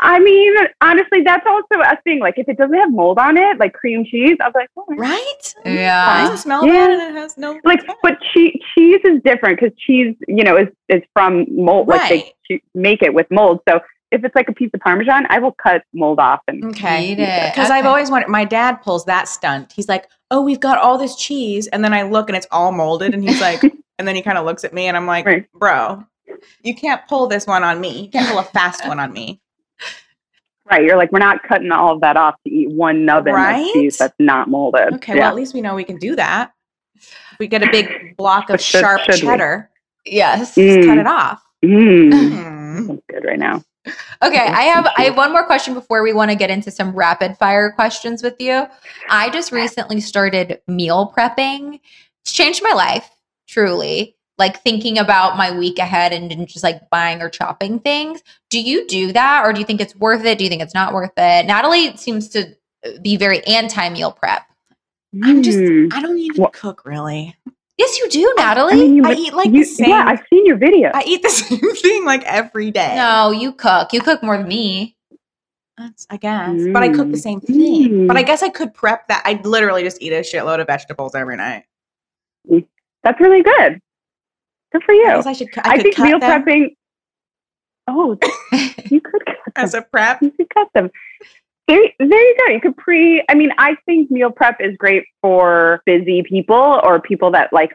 [SPEAKER 3] i mean honestly that's also a thing like if it doesn't have mold on it like cream cheese i was like oh.
[SPEAKER 2] Right? It
[SPEAKER 1] yeah.
[SPEAKER 2] doesn't Mm-hmm. smell
[SPEAKER 3] Yeah.
[SPEAKER 2] bad and it has no.
[SPEAKER 3] like but che- cheese is different because cheese you know is, is from mold like
[SPEAKER 2] Right.
[SPEAKER 3] they che- make it with mold so if it's like a piece of parmesan i will cut mold off and
[SPEAKER 2] okay.
[SPEAKER 1] Eat it.
[SPEAKER 2] Because I've
[SPEAKER 1] Okay.
[SPEAKER 2] always wondered, my dad pulls that stunt. He's like, oh, we've got all this cheese. And then I look and it's all molded. And he's
[SPEAKER 3] <laughs>
[SPEAKER 2] like, and then he kind of looks at me and I'm like,
[SPEAKER 3] Right.
[SPEAKER 2] bro, you can't pull this one on me. You can't pull a fast one on me.
[SPEAKER 3] right you're like we're not cutting all of that off to eat one nubbin
[SPEAKER 2] Right?
[SPEAKER 3] of cheese that's not molded
[SPEAKER 2] Okay,
[SPEAKER 3] yeah.
[SPEAKER 2] well, at least we know we can do that. If we get a big block of
[SPEAKER 3] But should-
[SPEAKER 2] sharp
[SPEAKER 3] should we?
[SPEAKER 2] cheddar,
[SPEAKER 1] Yes.
[SPEAKER 3] Mm.
[SPEAKER 2] just cut it off. <laughs>
[SPEAKER 3] mm,
[SPEAKER 2] Mm.
[SPEAKER 3] sounds good right now
[SPEAKER 1] Okay,
[SPEAKER 3] Yes,
[SPEAKER 1] I have
[SPEAKER 3] thank
[SPEAKER 1] I
[SPEAKER 3] you.
[SPEAKER 1] have one more question before we want to get into some rapid fire questions with you. I just recently started meal prepping. It's changed my life, truly. Like thinking about my week ahead and didn't just like buying or chopping things. Do you do that or do you think it's worth it? Do you think it's not worth it? Natalie seems to uh, be very anti meal prep.
[SPEAKER 2] I'm just-
[SPEAKER 3] Mm.
[SPEAKER 2] I don't even
[SPEAKER 3] Well-
[SPEAKER 2] cook really.
[SPEAKER 1] Yes, you do,
[SPEAKER 3] I
[SPEAKER 1] Natalie.
[SPEAKER 3] mean, you
[SPEAKER 2] I
[SPEAKER 3] must-
[SPEAKER 2] eat like
[SPEAKER 3] you-
[SPEAKER 2] the same.
[SPEAKER 3] yeah i've seen your video
[SPEAKER 2] I eat the <laughs> same thing like every day.
[SPEAKER 1] No, you cook. You cook more than me.
[SPEAKER 2] That's, I guess. But I cook the
[SPEAKER 3] Mm.
[SPEAKER 2] same thing. But I
[SPEAKER 3] Mm.
[SPEAKER 2] guess I could prep that. I literally just eat a shitload of vegetables every night.
[SPEAKER 3] That's really good. Good for you.
[SPEAKER 2] I
[SPEAKER 3] I,
[SPEAKER 2] guess I should. cu- I, could
[SPEAKER 3] think
[SPEAKER 2] cut
[SPEAKER 3] meal
[SPEAKER 2] them
[SPEAKER 3] prepping. Oh, you could cut them.
[SPEAKER 2] <laughs> as a prep.
[SPEAKER 3] You could cut them. There, there you go. You could pre. I mean, I think meal prep is great for busy people or people that like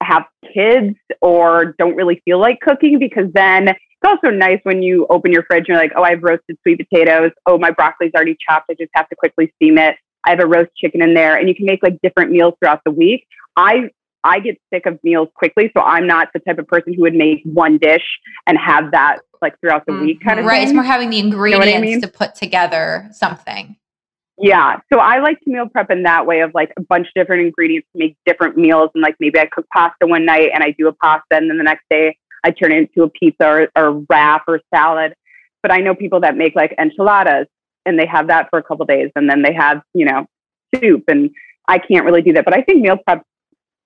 [SPEAKER 3] have kids or don't really feel like cooking because then it's also nice when you open your fridge and you're like, oh, I've roasted sweet potatoes. Oh, my broccoli's already chopped. I just have to quickly steam it. I have a roast chicken in there, and you can make like different meals throughout the week. I I get sick of meals quickly, so I'm not the type of person who would make one dish and have that like throughout the week kind of
[SPEAKER 1] Mm-hmm. <laughs> right,
[SPEAKER 3] thing.
[SPEAKER 1] it's more having the
[SPEAKER 3] know
[SPEAKER 1] ingredients
[SPEAKER 3] what I mean?
[SPEAKER 1] to put together something.
[SPEAKER 3] Yeah. So I like to meal prep in that way of like a bunch of different ingredients to make different meals. And like maybe I cook pasta one night and I do a pasta and then the next day I turn it into a pizza or, or wrap or salad. But I know people that make like enchiladas and they have that for a couple days and then they have, you know, soup and I can't really do that. But I think meal prep's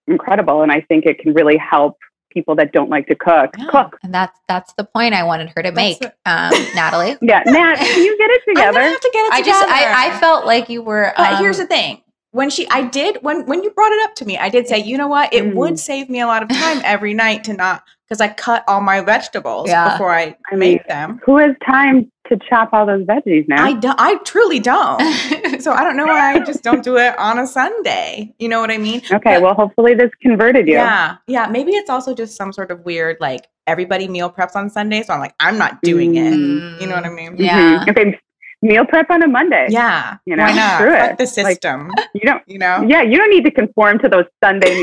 [SPEAKER 3] incredible and I think it can really help people that don't like to cook
[SPEAKER 2] Yeah.
[SPEAKER 3] cook.
[SPEAKER 1] And that's that's the point I wanted her to make,
[SPEAKER 2] That's <laughs>
[SPEAKER 1] um, Natalie.
[SPEAKER 3] Yeah, Nat, can you get it
[SPEAKER 2] I'm gonna
[SPEAKER 3] together?
[SPEAKER 2] have to get it
[SPEAKER 1] I just I,
[SPEAKER 2] together.
[SPEAKER 1] I felt like you were.
[SPEAKER 2] But
[SPEAKER 1] um,
[SPEAKER 2] here's the thing. When she I did when when you brought it up to me, I did say, you know what, it
[SPEAKER 3] Mm.
[SPEAKER 2] would save me a
[SPEAKER 3] <laughs>
[SPEAKER 2] lot of time every night to not because I cut all my vegetables
[SPEAKER 1] Yeah.
[SPEAKER 2] before I,
[SPEAKER 3] I mean,
[SPEAKER 2] make them.
[SPEAKER 3] Who has time to chop all those veggies now?
[SPEAKER 2] I do, I truly don't.
[SPEAKER 3] <laughs>
[SPEAKER 1] <laughs>
[SPEAKER 2] so I don't know why I just don't do it on a Sunday. You know what I mean?
[SPEAKER 3] okay,
[SPEAKER 2] but-
[SPEAKER 3] well, hopefully this converted you.
[SPEAKER 2] Yeah. Yeah. Maybe it's also just some sort of weird like everybody meal preps on Sunday, so I'm like, I'm not doing it.
[SPEAKER 1] Mm.
[SPEAKER 2] You know what I mean?
[SPEAKER 3] Mhm.
[SPEAKER 1] Yeah.
[SPEAKER 3] Okay, meal prep on a Monday.
[SPEAKER 2] Yeah.
[SPEAKER 3] You know,
[SPEAKER 2] why not? Oh.
[SPEAKER 3] screw
[SPEAKER 2] Fuck
[SPEAKER 3] it.
[SPEAKER 2] the
[SPEAKER 3] Like-
[SPEAKER 2] system.
[SPEAKER 3] You don't.
[SPEAKER 2] you
[SPEAKER 3] <laughs>
[SPEAKER 2] know?
[SPEAKER 3] Yeah, you don't need to conform to those Sunday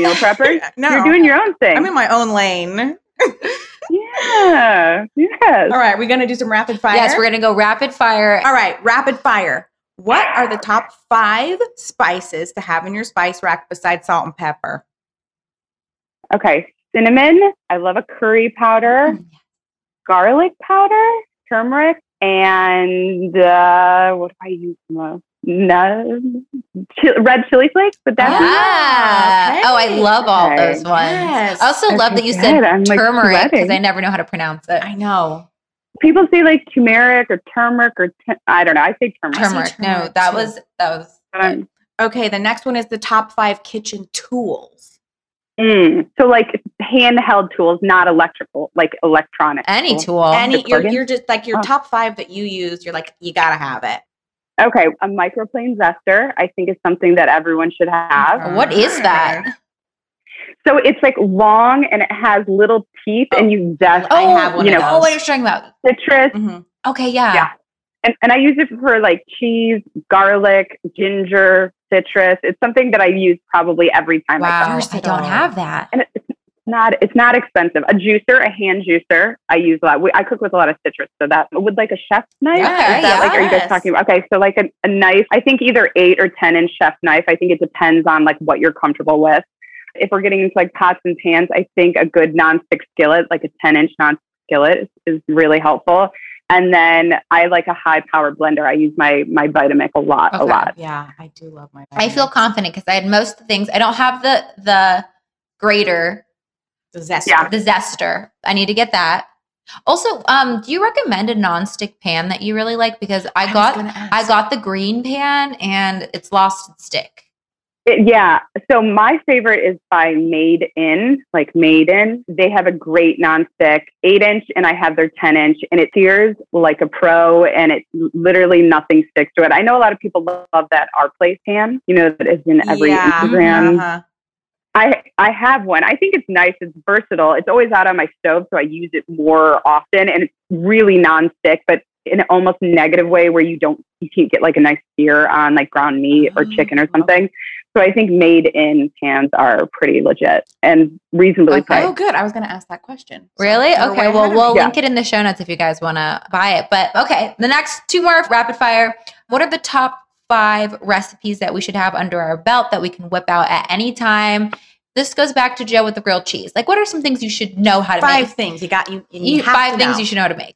[SPEAKER 2] <laughs>
[SPEAKER 3] meal preppers.
[SPEAKER 2] No.
[SPEAKER 3] You're doing your own thing.
[SPEAKER 2] I'm in my own lane.
[SPEAKER 3] <laughs> yeah. Yes.
[SPEAKER 2] All right, we're gonna do some rapid fire.
[SPEAKER 1] Yes, we're gonna go rapid fire.
[SPEAKER 2] All right, rapid fire. What are the top five spices to have in your spice rack besides salt and pepper?
[SPEAKER 3] Okay. Cinnamon. I love a curry powder,
[SPEAKER 2] Mm-hmm.
[SPEAKER 1] Mm.
[SPEAKER 3] garlic powder, turmeric, and uh, what do I use most? No, chi- red chili flakes, but that's
[SPEAKER 1] yeah.
[SPEAKER 2] Okay.
[SPEAKER 1] Oh, I love all
[SPEAKER 3] Okay.
[SPEAKER 1] those ones.
[SPEAKER 2] Yes.
[SPEAKER 1] I also love that you
[SPEAKER 3] Okay,
[SPEAKER 1] said
[SPEAKER 3] good. I'm, like,
[SPEAKER 1] turmeric because
[SPEAKER 3] sweating.
[SPEAKER 1] I never know how to pronounce it.
[SPEAKER 2] I know.
[SPEAKER 3] people say like turmeric or turmeric or t- I don't know. I say turmeric.
[SPEAKER 2] I say
[SPEAKER 1] Turmeric. No,
[SPEAKER 2] turmeric,
[SPEAKER 1] that
[SPEAKER 2] too.
[SPEAKER 1] was that was.
[SPEAKER 3] But I'm,
[SPEAKER 2] Okay, the next one is the top five kitchen tools.
[SPEAKER 3] mm. So like handheld tools, not electrical, like electronic.
[SPEAKER 1] Any
[SPEAKER 3] tools.
[SPEAKER 1] tool.
[SPEAKER 2] Any,
[SPEAKER 3] the
[SPEAKER 2] you're,
[SPEAKER 3] plugin?
[SPEAKER 2] you're just like your
[SPEAKER 3] Oh.
[SPEAKER 2] top five that you use. You're like, you gotta have it.
[SPEAKER 3] Okay, a microplane zester I think is something that everyone should have.
[SPEAKER 1] What is that?
[SPEAKER 3] So it's like long and it has little teeth, and you zest
[SPEAKER 2] I have one
[SPEAKER 3] you
[SPEAKER 2] of
[SPEAKER 3] know,
[SPEAKER 1] oh, Mm-hmm.
[SPEAKER 2] those.
[SPEAKER 1] I was talking about.
[SPEAKER 3] citrus,
[SPEAKER 2] Mhm.
[SPEAKER 1] Okay, yeah.
[SPEAKER 3] Yeah. and, and I use it for like cheese, garlic, ginger, citrus. It's something that I use probably every time. I cook.
[SPEAKER 1] Wow, I
[SPEAKER 2] Versatile.
[SPEAKER 1] don't have that.
[SPEAKER 3] and it's not it's not expensive. A juicer, a hand juicer, I use a lot. We, I cook with a lot of citrus, so that would like a chef's knife.
[SPEAKER 1] Okay,
[SPEAKER 3] is that like are you
[SPEAKER 2] yes.
[SPEAKER 3] guys talking about? Okay, so like a, a knife. I think either eight or ten inch chef knife. I think it depends on like what you're comfortable with. If we're getting into like pots and pans, I think a good nonstick skillet, like a ten inch nonstick skillet, is, is really helpful. And then I like a high power blender. I use my my Vitamix a lot, a
[SPEAKER 1] Okay.
[SPEAKER 3] lot.
[SPEAKER 2] Yeah, I do love my.
[SPEAKER 1] I feel
[SPEAKER 2] vitamins.
[SPEAKER 1] confident because I had most of the things. I don't have the the grater,
[SPEAKER 2] The zest.
[SPEAKER 3] Yeah.
[SPEAKER 1] the zester. I need to get that. Also, um, do you recommend a nonstick pan that you really like? Because I,
[SPEAKER 2] was
[SPEAKER 1] got
[SPEAKER 2] gonna ask.
[SPEAKER 1] I got the green pan and it's lost its stick.
[SPEAKER 3] It- yeah. So my favorite is by Made In, like Made In. They have a great nonstick, eight inch, and I have their 10 inch, and it sears like a pro, and it literally nothing sticks to it. I know a lot of people lo- love that Our Place pan, you know, that is in every
[SPEAKER 2] Yeah,
[SPEAKER 1] um,
[SPEAKER 3] Instagram.
[SPEAKER 2] uh-huh.
[SPEAKER 3] I, I have one. I think it's nice. It's versatile. It's always out on my stove, so I use it more often, and it's really nonstick, but in an almost negative way where you don't you can't get like a nice sear on like ground meat or
[SPEAKER 2] Oh,
[SPEAKER 3] chicken or
[SPEAKER 2] okay.
[SPEAKER 3] something. So I think made in pans are pretty legit and reasonably
[SPEAKER 1] Okay.
[SPEAKER 3] priced.
[SPEAKER 2] Oh, good. I was gonna ask that question. So
[SPEAKER 1] Really?
[SPEAKER 2] you're way
[SPEAKER 1] Okay.
[SPEAKER 2] ahead
[SPEAKER 1] Well,
[SPEAKER 2] of
[SPEAKER 1] we'll
[SPEAKER 3] Yeah.
[SPEAKER 1] link it in the show notes if you guys want to buy it. But okay, the next two more rapid fire. What are the top five recipes that we should have under our belt that we can whip out at any time? This goes back to Joe with the grilled cheese. Like, what are some things you should know how to
[SPEAKER 2] five
[SPEAKER 1] make?
[SPEAKER 2] things you got. You, you,
[SPEAKER 1] You-
[SPEAKER 2] have
[SPEAKER 1] five
[SPEAKER 2] to
[SPEAKER 1] things
[SPEAKER 2] know.
[SPEAKER 1] you should know how to make.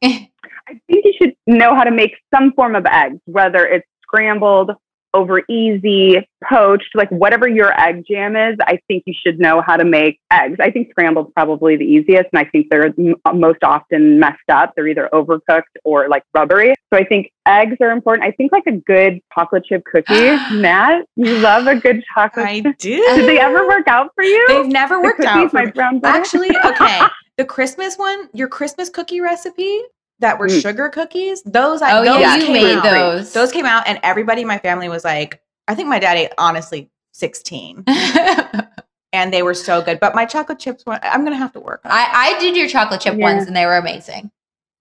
[SPEAKER 3] I think you should know how to make some form of eggs, whether it's scrambled, over easy, poached, like whatever your egg jam is. I think you should know how to make eggs. I think scrambled's probably the easiest, and I think they're m- most often messed up. They're either overcooked or like rubbery. So I think eggs are important. I think like a good chocolate chip
[SPEAKER 2] <gasps>
[SPEAKER 3] cookie, Matt. You love a good
[SPEAKER 1] <laughs>
[SPEAKER 3] chocolate.
[SPEAKER 2] I
[SPEAKER 3] Did
[SPEAKER 2] do.
[SPEAKER 3] they ever work out for you?
[SPEAKER 2] They've never
[SPEAKER 3] The
[SPEAKER 2] worked
[SPEAKER 3] cookies,
[SPEAKER 2] out. for
[SPEAKER 3] my
[SPEAKER 2] me.
[SPEAKER 3] brown bread? <laughs>
[SPEAKER 2] Actually, okay. The Christmas one, your Christmas cookie recipe that were
[SPEAKER 3] Mm.
[SPEAKER 2] sugar cookies, those
[SPEAKER 1] <laughs>
[SPEAKER 2] I
[SPEAKER 1] oh
[SPEAKER 2] those
[SPEAKER 1] yeah, you
[SPEAKER 2] came
[SPEAKER 1] made
[SPEAKER 2] out.
[SPEAKER 1] those.
[SPEAKER 2] Those came out, and everybody in my family was like, I think my dad ate honestly 16,
[SPEAKER 1] <laughs> I,
[SPEAKER 2] and they were so good. But my chocolate chips one, I'm gonna have to work. On.
[SPEAKER 3] <laughs>
[SPEAKER 2] it.
[SPEAKER 1] I did your chocolate chip
[SPEAKER 3] Yeah.
[SPEAKER 1] ones and they were amazing.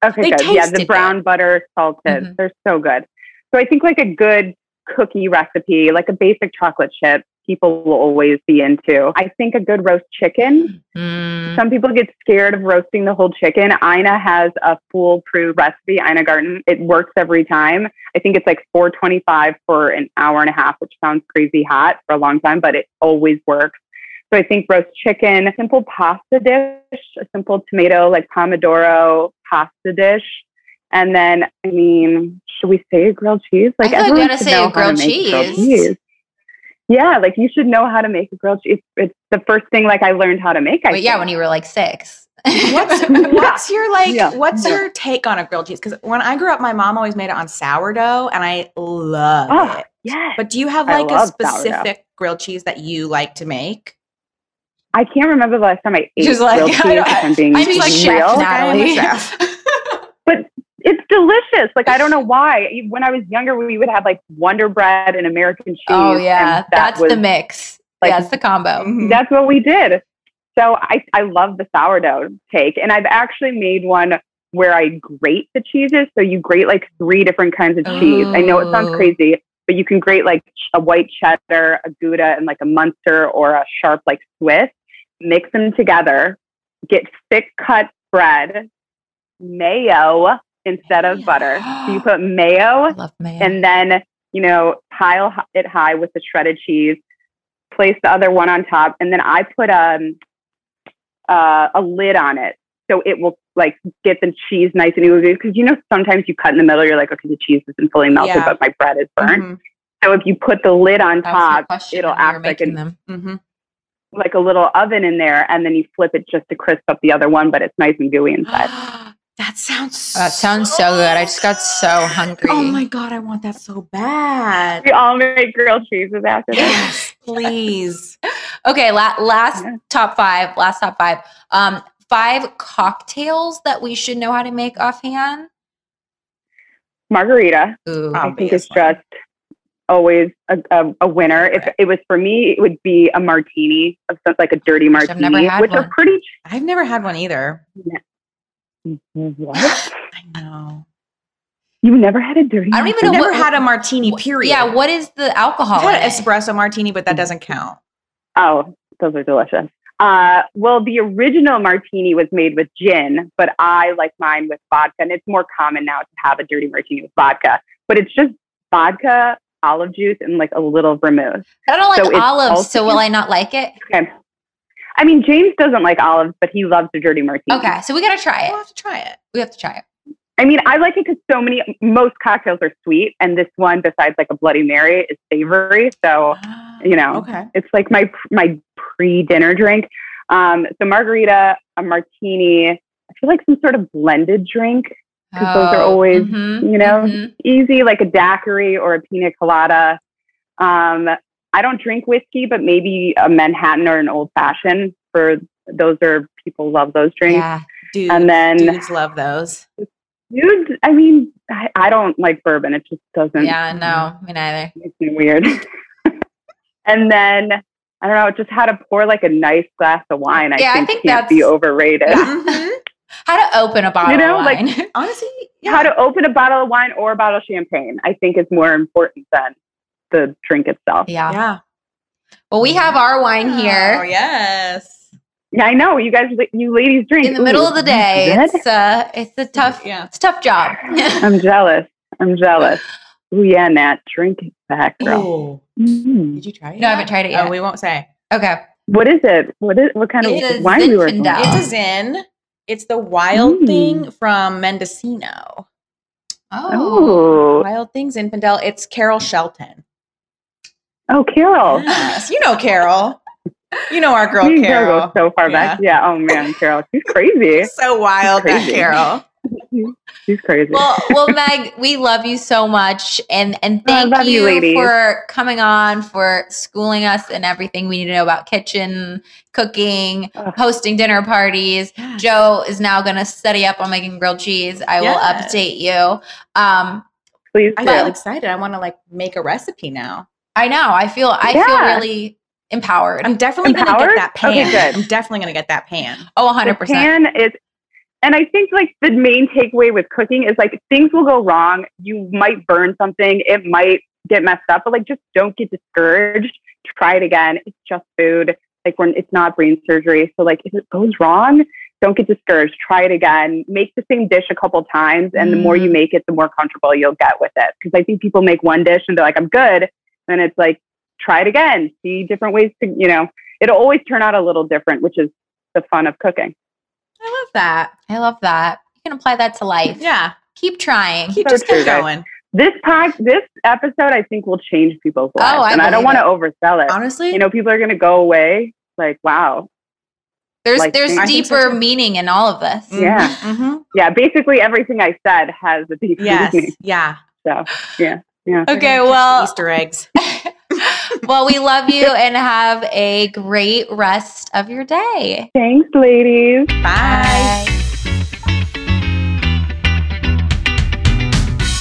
[SPEAKER 3] Okay,
[SPEAKER 2] They
[SPEAKER 3] good. Yeah,
[SPEAKER 2] tasted
[SPEAKER 3] the brown butter salted.
[SPEAKER 1] Mhm.
[SPEAKER 3] They're so good. So I think like a good cookie recipe, like a basic chocolate chip, people will always be into. I think a good roast chicken.
[SPEAKER 1] Mm.
[SPEAKER 3] Some people get scared of roasting the whole chicken. Ina has a foolproof recipe, Ina Garten. It works every time. I think it's like 425 for an hour and a half, which sounds crazy hot for a long time, but it always works. So I think roast chicken, a simple pasta dish, a simple tomato like pomodoro pasta dish. And then, I mean, should we say grilled cheese?
[SPEAKER 1] I feel like we
[SPEAKER 3] everyone
[SPEAKER 1] gotta
[SPEAKER 3] should
[SPEAKER 1] say
[SPEAKER 3] know how to
[SPEAKER 1] grilled
[SPEAKER 3] make
[SPEAKER 1] cheese.
[SPEAKER 3] yeah, like you should know how to make a grilled cheese. It's, it's the first thing like I learned how to make. I
[SPEAKER 1] But yeah, when you were like six. <laughs>
[SPEAKER 2] What's what's your like?
[SPEAKER 3] Yeah.
[SPEAKER 2] What's
[SPEAKER 3] Yeah.
[SPEAKER 2] your take on a grilled cheese? Because when I grew up, my mom always made it on sourdough, and I love
[SPEAKER 3] Oh,
[SPEAKER 2] it.
[SPEAKER 3] yeah.
[SPEAKER 2] But do you have
[SPEAKER 3] I
[SPEAKER 2] like a
[SPEAKER 3] love sourdough.
[SPEAKER 2] specific grilled cheese that you like to make?
[SPEAKER 3] I can't remember the last time I ate
[SPEAKER 2] She's like,
[SPEAKER 1] <laughs>
[SPEAKER 2] <laughs> I
[SPEAKER 3] grilled cheese.
[SPEAKER 2] don't-
[SPEAKER 3] if I'm being
[SPEAKER 1] I'm just like,
[SPEAKER 3] real.
[SPEAKER 1] "Chef,
[SPEAKER 2] Like, I am a
[SPEAKER 3] <laughs>
[SPEAKER 1] Natalie.
[SPEAKER 2] chef.
[SPEAKER 3] It's delicious. Like I don't know why. When I was younger, we would have like Wonder Bread and American cheese.
[SPEAKER 1] Oh
[SPEAKER 3] and
[SPEAKER 1] yeah,
[SPEAKER 3] that
[SPEAKER 1] that's
[SPEAKER 3] was-
[SPEAKER 1] the mix.
[SPEAKER 3] like-
[SPEAKER 1] that's the combo.
[SPEAKER 2] Mhm.
[SPEAKER 3] That's what we did. So I I love the sourdough take, and I've actually made one where I grate the cheeses. So you grate like three different kinds of cheese. I know it sounds
[SPEAKER 1] Ooh.
[SPEAKER 3] crazy, but you can grate like a white cheddar, a Gouda, and like a Munster or a sharp like Swiss. Mix them together. Get thick cut bread, mayo instead of butter. So you put mayo
[SPEAKER 1] I love mayo.
[SPEAKER 3] and then you know pile h- it high with the shredded cheese place the other one on top and then i put um, uh, a lid on it so it will like get the cheese nice and oozy because you know sometimes you cut in the middle you're like okay the cheese isn't fully melted
[SPEAKER 2] Yeah.
[SPEAKER 3] but my bread is burnt <laughs>
[SPEAKER 2] Mhm.
[SPEAKER 3] so if you put the lid on
[SPEAKER 1] Mm-hmm. That was my
[SPEAKER 3] top
[SPEAKER 1] question
[SPEAKER 3] it'll
[SPEAKER 1] when we were
[SPEAKER 3] act like
[SPEAKER 1] making
[SPEAKER 3] an-
[SPEAKER 1] them.
[SPEAKER 2] Mhm.
[SPEAKER 3] like a little oven in there and then you flip it just to crisp up the other one but it's nice and
[SPEAKER 1] <gasps>
[SPEAKER 3] gooey inside
[SPEAKER 2] that sounds.
[SPEAKER 1] Oh, That sounds so good. I just got so hungry.
[SPEAKER 2] <gasps> Oh my god, I want that so bad.
[SPEAKER 3] we all make grilled cheeses
[SPEAKER 2] <laughs>
[SPEAKER 3] after that
[SPEAKER 2] Yes, please.
[SPEAKER 1] Okay, la- last
[SPEAKER 3] Yeah.
[SPEAKER 1] top five. Last top five. Um, five cocktails that we should know how to make offhand.
[SPEAKER 3] margarita
[SPEAKER 1] Ooh,
[SPEAKER 2] Oh.
[SPEAKER 3] I think it's
[SPEAKER 2] Obviously.
[SPEAKER 3] just always a, a, a winner. If it was for me, it would be a martini of some, like a dirty
[SPEAKER 1] Which I've
[SPEAKER 3] martini,
[SPEAKER 1] never had
[SPEAKER 3] which
[SPEAKER 1] one.
[SPEAKER 3] are pretty.
[SPEAKER 2] I've never had one either.
[SPEAKER 3] What? <laughs>
[SPEAKER 2] I know.
[SPEAKER 3] You never had a dirty?
[SPEAKER 1] I don't
[SPEAKER 2] I've
[SPEAKER 1] even know
[SPEAKER 2] never
[SPEAKER 1] what-
[SPEAKER 2] had a martini.
[SPEAKER 1] wh-
[SPEAKER 2] Period.
[SPEAKER 1] Yeah, what Mm-hmm. is the alcohol?
[SPEAKER 2] I've had
[SPEAKER 1] in
[SPEAKER 2] an
[SPEAKER 1] it?
[SPEAKER 2] espresso martini, but that doesn't count.
[SPEAKER 3] Oh, those are delicious. Uh, well, the original martini was made with gin, but I like mine with vodka, and it's more common now to have a dirty martini with vodka. But it's just vodka, olive juice, and like a little vermouth.
[SPEAKER 1] I don't like
[SPEAKER 3] So it's
[SPEAKER 1] olives,
[SPEAKER 3] also-
[SPEAKER 1] so will I not like it?
[SPEAKER 3] Okay. I mean, James doesn't like olives, but he loves a dirty martini.
[SPEAKER 1] Okay, so we gotta try
[SPEAKER 2] We'll
[SPEAKER 1] it.
[SPEAKER 2] have to try it.
[SPEAKER 1] We have to try it.
[SPEAKER 3] I mean, I like it because so many, most cocktails are sweet, and this one, besides like a Bloody Mary, is savory. So you know.
[SPEAKER 2] Ah, Okay.
[SPEAKER 3] it's like my my pre-dinner drink. Um, so margarita, a martini. I feel like some sort of blended drink, 'Cause those are always,
[SPEAKER 1] mhm,
[SPEAKER 3] you know,
[SPEAKER 1] mhm.
[SPEAKER 3] easy like a daiquiri or a pina colada. Um, I don't drink whiskey, but maybe a Manhattan or an old fashioned. For those are people love those drinks.
[SPEAKER 1] Yeah.
[SPEAKER 2] Dudes,
[SPEAKER 3] And then-
[SPEAKER 2] dudes love
[SPEAKER 3] <laughs>
[SPEAKER 2] those.
[SPEAKER 3] Dude, I mean, I, I don't like bourbon. It just doesn't.
[SPEAKER 1] Yeah, no, me neither.
[SPEAKER 3] It's weird. <laughs> and then I don't know, just how to pour like a nice glass of wine. I
[SPEAKER 1] Yeah, I
[SPEAKER 3] think,
[SPEAKER 1] think
[SPEAKER 3] can't be
[SPEAKER 1] that's-
[SPEAKER 3] overrated.
[SPEAKER 2] Mhm.
[SPEAKER 1] How to open a bottle
[SPEAKER 3] know,
[SPEAKER 1] of
[SPEAKER 3] like-
[SPEAKER 1] wine. <laughs>
[SPEAKER 2] Honestly, yeah.
[SPEAKER 3] <laughs> How to open a bottle of wine or a bottle of champagne, I think, is more important than the drink itself.
[SPEAKER 1] yeah.
[SPEAKER 2] yeah.
[SPEAKER 1] Well, we have our wine here.
[SPEAKER 2] Oh yes.
[SPEAKER 3] Yeah, I know you guys, you ladies, drink
[SPEAKER 1] in the middle
[SPEAKER 3] Ooh,
[SPEAKER 1] of the day.
[SPEAKER 3] good.
[SPEAKER 1] It's uh it's a tough
[SPEAKER 2] Yeah.
[SPEAKER 1] it's a tough job. <laughs>
[SPEAKER 3] I'm jealous. I'm jealous.
[SPEAKER 1] <sighs>
[SPEAKER 3] Ooh, yeah, Nat, drink it back, girl.
[SPEAKER 2] Oh,
[SPEAKER 3] Mm.
[SPEAKER 2] did you try it?
[SPEAKER 1] no, I
[SPEAKER 2] yet?
[SPEAKER 1] haven't tried it yet.
[SPEAKER 2] Oh, we won't say.
[SPEAKER 1] okay.
[SPEAKER 3] What is it? What is what kind
[SPEAKER 1] It's a
[SPEAKER 3] of wine we were?
[SPEAKER 1] Zinfandel.
[SPEAKER 3] going
[SPEAKER 2] It's a zin. It's the wild
[SPEAKER 3] Mm.
[SPEAKER 2] thing from Mendocino.
[SPEAKER 1] Oh.
[SPEAKER 3] Oh,
[SPEAKER 2] Wild things in Pendel. It's Carol Shelton.
[SPEAKER 3] oh, Carol.
[SPEAKER 2] <gasps> Yes, you know Carol. You know our girl
[SPEAKER 3] These girls
[SPEAKER 2] Carol.
[SPEAKER 3] go so far back. Yeah. Oh man, Carol, she's crazy.
[SPEAKER 2] So wild that
[SPEAKER 3] Crazy. <laughs>
[SPEAKER 2] Carol.
[SPEAKER 3] She's crazy.
[SPEAKER 1] Well, well, Meg, we love you so much, and and
[SPEAKER 3] Oh, I
[SPEAKER 1] thank
[SPEAKER 3] love you,
[SPEAKER 1] you,
[SPEAKER 3] ladies.
[SPEAKER 1] for coming on, for schooling us and everything we need to know about kitchen, cooking,
[SPEAKER 3] Ugh.
[SPEAKER 1] hosting dinner parties. Joe is now going to study up on making grilled cheese. I
[SPEAKER 2] Yes.
[SPEAKER 1] will update you. Um,
[SPEAKER 3] Please
[SPEAKER 2] I
[SPEAKER 3] do.
[SPEAKER 2] feel excited. I want to like make a recipe now.
[SPEAKER 1] I know. I feel. I
[SPEAKER 3] Yeah.
[SPEAKER 1] feel really empowered.
[SPEAKER 2] I'm definitely gonna
[SPEAKER 3] Empowered?
[SPEAKER 2] get that pan.
[SPEAKER 3] Okay, good.
[SPEAKER 2] I'm definitely gonna get that pan.
[SPEAKER 1] oh,
[SPEAKER 3] The
[SPEAKER 1] 100 percent.
[SPEAKER 3] pan is and i think like the main takeaway with cooking is like things will go wrong you might burn something it might get messed up but like just don't get discouraged try it again it's just food like when it's not brain surgery so like if it goes wrong don't get discouraged try it again make the same dish a couple times and the more you make it the more comfortable you'll get with it because i think people make one dish and they're like i'm good and it's like try it again see different ways to you know it'll always turn out a little different which is the fun of cooking
[SPEAKER 2] I love that.
[SPEAKER 1] I love that. You can apply that to life.
[SPEAKER 2] Yeah.
[SPEAKER 1] Keep trying.
[SPEAKER 2] Keep
[SPEAKER 3] So
[SPEAKER 2] just
[SPEAKER 3] true,
[SPEAKER 2] keep
[SPEAKER 3] guys.
[SPEAKER 2] going.
[SPEAKER 3] This pod, this episode, I think will change people's lives,
[SPEAKER 1] I
[SPEAKER 3] and I don't
[SPEAKER 1] believe
[SPEAKER 3] want to oversell it.
[SPEAKER 2] Honestly,
[SPEAKER 3] You know, people are going to go away like, "Wow,
[SPEAKER 1] There's
[SPEAKER 3] Like,
[SPEAKER 1] there's
[SPEAKER 3] I
[SPEAKER 2] think so,
[SPEAKER 1] deeper
[SPEAKER 2] too.
[SPEAKER 1] meaning in all of this.
[SPEAKER 2] Mhm,
[SPEAKER 3] yeah. <laughs>
[SPEAKER 2] mhm.
[SPEAKER 3] yeah." Basically, everything I said has a deep
[SPEAKER 2] Yes.
[SPEAKER 3] meaning.
[SPEAKER 2] Yeah.
[SPEAKER 3] So,
[SPEAKER 2] We're
[SPEAKER 1] Okay,
[SPEAKER 2] gonna catch the
[SPEAKER 1] well-
[SPEAKER 2] Easter eggs.
[SPEAKER 1] well, we love you and have a great rest of your day.
[SPEAKER 3] thanks, ladies. <laughs>
[SPEAKER 2] Bye.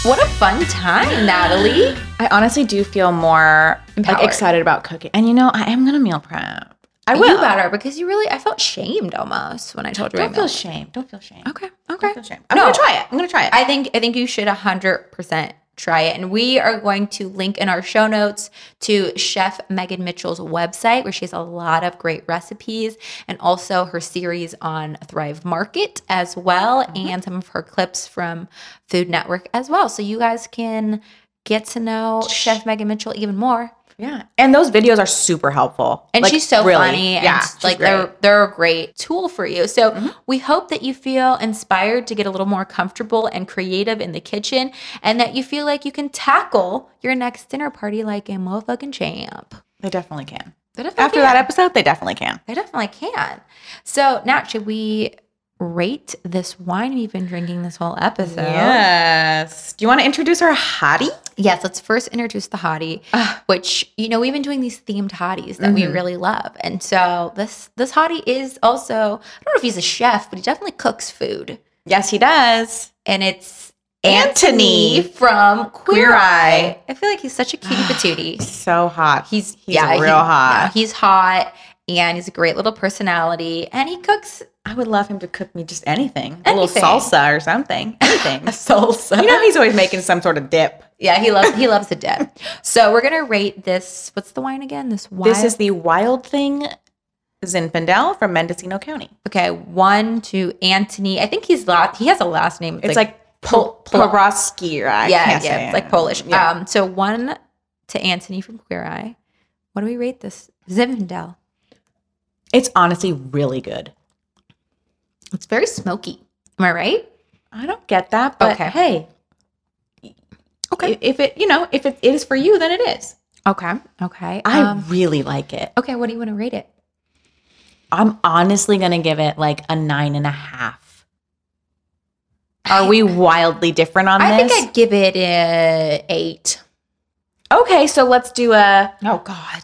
[SPEAKER 1] What a fun time, Natalie.
[SPEAKER 2] I honestly do feel more like
[SPEAKER 1] Empowered.
[SPEAKER 2] excited about cooking. And you know, I am gonna meal prep. I will.
[SPEAKER 1] You better because you really I felt shamed almost when I told you. I
[SPEAKER 2] Don't feel
[SPEAKER 1] milked.
[SPEAKER 2] shame. Don't feel shame.
[SPEAKER 1] Okay.
[SPEAKER 2] Don't
[SPEAKER 1] Okay.
[SPEAKER 2] feel shame. I'm
[SPEAKER 1] No.
[SPEAKER 2] gonna try it. I'm gonna try it.
[SPEAKER 1] I think I think you should 100% try it and we are going to link in our show notes to chef Megan Mitchell's website where she has a lot of great recipes and also her series on Thrive Market as well
[SPEAKER 2] Mm-hmm.
[SPEAKER 1] and some of her clips from Food Network as well so you guys can get to know chef Megan Mitchell even more
[SPEAKER 2] yeah. And those videos are super helpful.
[SPEAKER 1] and
[SPEAKER 2] Like,
[SPEAKER 1] she's so
[SPEAKER 2] really.
[SPEAKER 1] funny and
[SPEAKER 2] Yeah. she's
[SPEAKER 1] like
[SPEAKER 2] great.
[SPEAKER 1] they're they're a great tool for you so
[SPEAKER 2] Mhm.
[SPEAKER 1] we hope that you feel inspired to get a little more comfortable and creative in the kitchen and that you feel like you can tackle your next dinner party like a motherfucking champ
[SPEAKER 2] they definitely can.
[SPEAKER 1] they definitely
[SPEAKER 2] After
[SPEAKER 1] can.
[SPEAKER 2] that episode, they definitely can.
[SPEAKER 1] they definitely can so now should we rate this wine we've been drinking this whole episode
[SPEAKER 2] Yes. Do you want to introduce our hottie?
[SPEAKER 1] Yes, let's first introduce the hottie,
[SPEAKER 2] Ah.
[SPEAKER 1] which you know we've been doing these themed hotties that we
[SPEAKER 2] Mhm.
[SPEAKER 1] really love, and so this this hottie is also I don't know if he's a chef, but he definitely cooks food,
[SPEAKER 2] Yes, he does.
[SPEAKER 1] and it's
[SPEAKER 2] Anthony
[SPEAKER 1] Anthony from Queer,
[SPEAKER 2] Queer
[SPEAKER 1] Eye.
[SPEAKER 2] Eye.
[SPEAKER 1] I feel like he's such a cutie patootie.
[SPEAKER 2] So hot.
[SPEAKER 1] He's
[SPEAKER 2] He's
[SPEAKER 1] yeah,
[SPEAKER 2] real
[SPEAKER 1] he-
[SPEAKER 2] hot.
[SPEAKER 1] yeah, he's hot, and he's a great little personality, and he cooks
[SPEAKER 2] I would love him to cook me just anything. A
[SPEAKER 1] Anything.
[SPEAKER 2] little salsa or something. <laughs> Anything.
[SPEAKER 1] salsa.
[SPEAKER 2] you know he's always making some sort of dip.
[SPEAKER 1] yeah, he loves he loves a dip.
[SPEAKER 2] <laughs>
[SPEAKER 1] So we're gonna rate this. What's the wine again? This wine.
[SPEAKER 2] This is the Wild Thing Zinfandel from Mendocino County.
[SPEAKER 1] Okay, one to Anthony. I think he's last. He has a last name.
[SPEAKER 2] It's like,
[SPEAKER 1] Pol- Pol-
[SPEAKER 2] Pol- Porosky, or I
[SPEAKER 1] yeah,
[SPEAKER 2] can't say
[SPEAKER 1] yeah,
[SPEAKER 2] it.
[SPEAKER 1] it's like Polish.
[SPEAKER 2] Yeah.
[SPEAKER 1] Um, so one to Anthony from Queer Eye. What do we rate this? Zinfandel.
[SPEAKER 2] it's honestly really good.
[SPEAKER 1] It's very smoky. Am I right?
[SPEAKER 2] I don't get that, but
[SPEAKER 1] Okay.
[SPEAKER 2] hey,
[SPEAKER 1] Okay.
[SPEAKER 2] i- if it you know if it, it is for you, then it is.
[SPEAKER 1] Okay. Okay.
[SPEAKER 2] I
[SPEAKER 1] um,
[SPEAKER 2] really like it.
[SPEAKER 1] okay. What do you want to rate it?
[SPEAKER 2] I'm honestly gonna give it like a nine and a half. Are we wildly different on
[SPEAKER 1] I
[SPEAKER 2] this?
[SPEAKER 1] think I'd give it a eight.
[SPEAKER 2] okay, so let's do a
[SPEAKER 1] Oh God.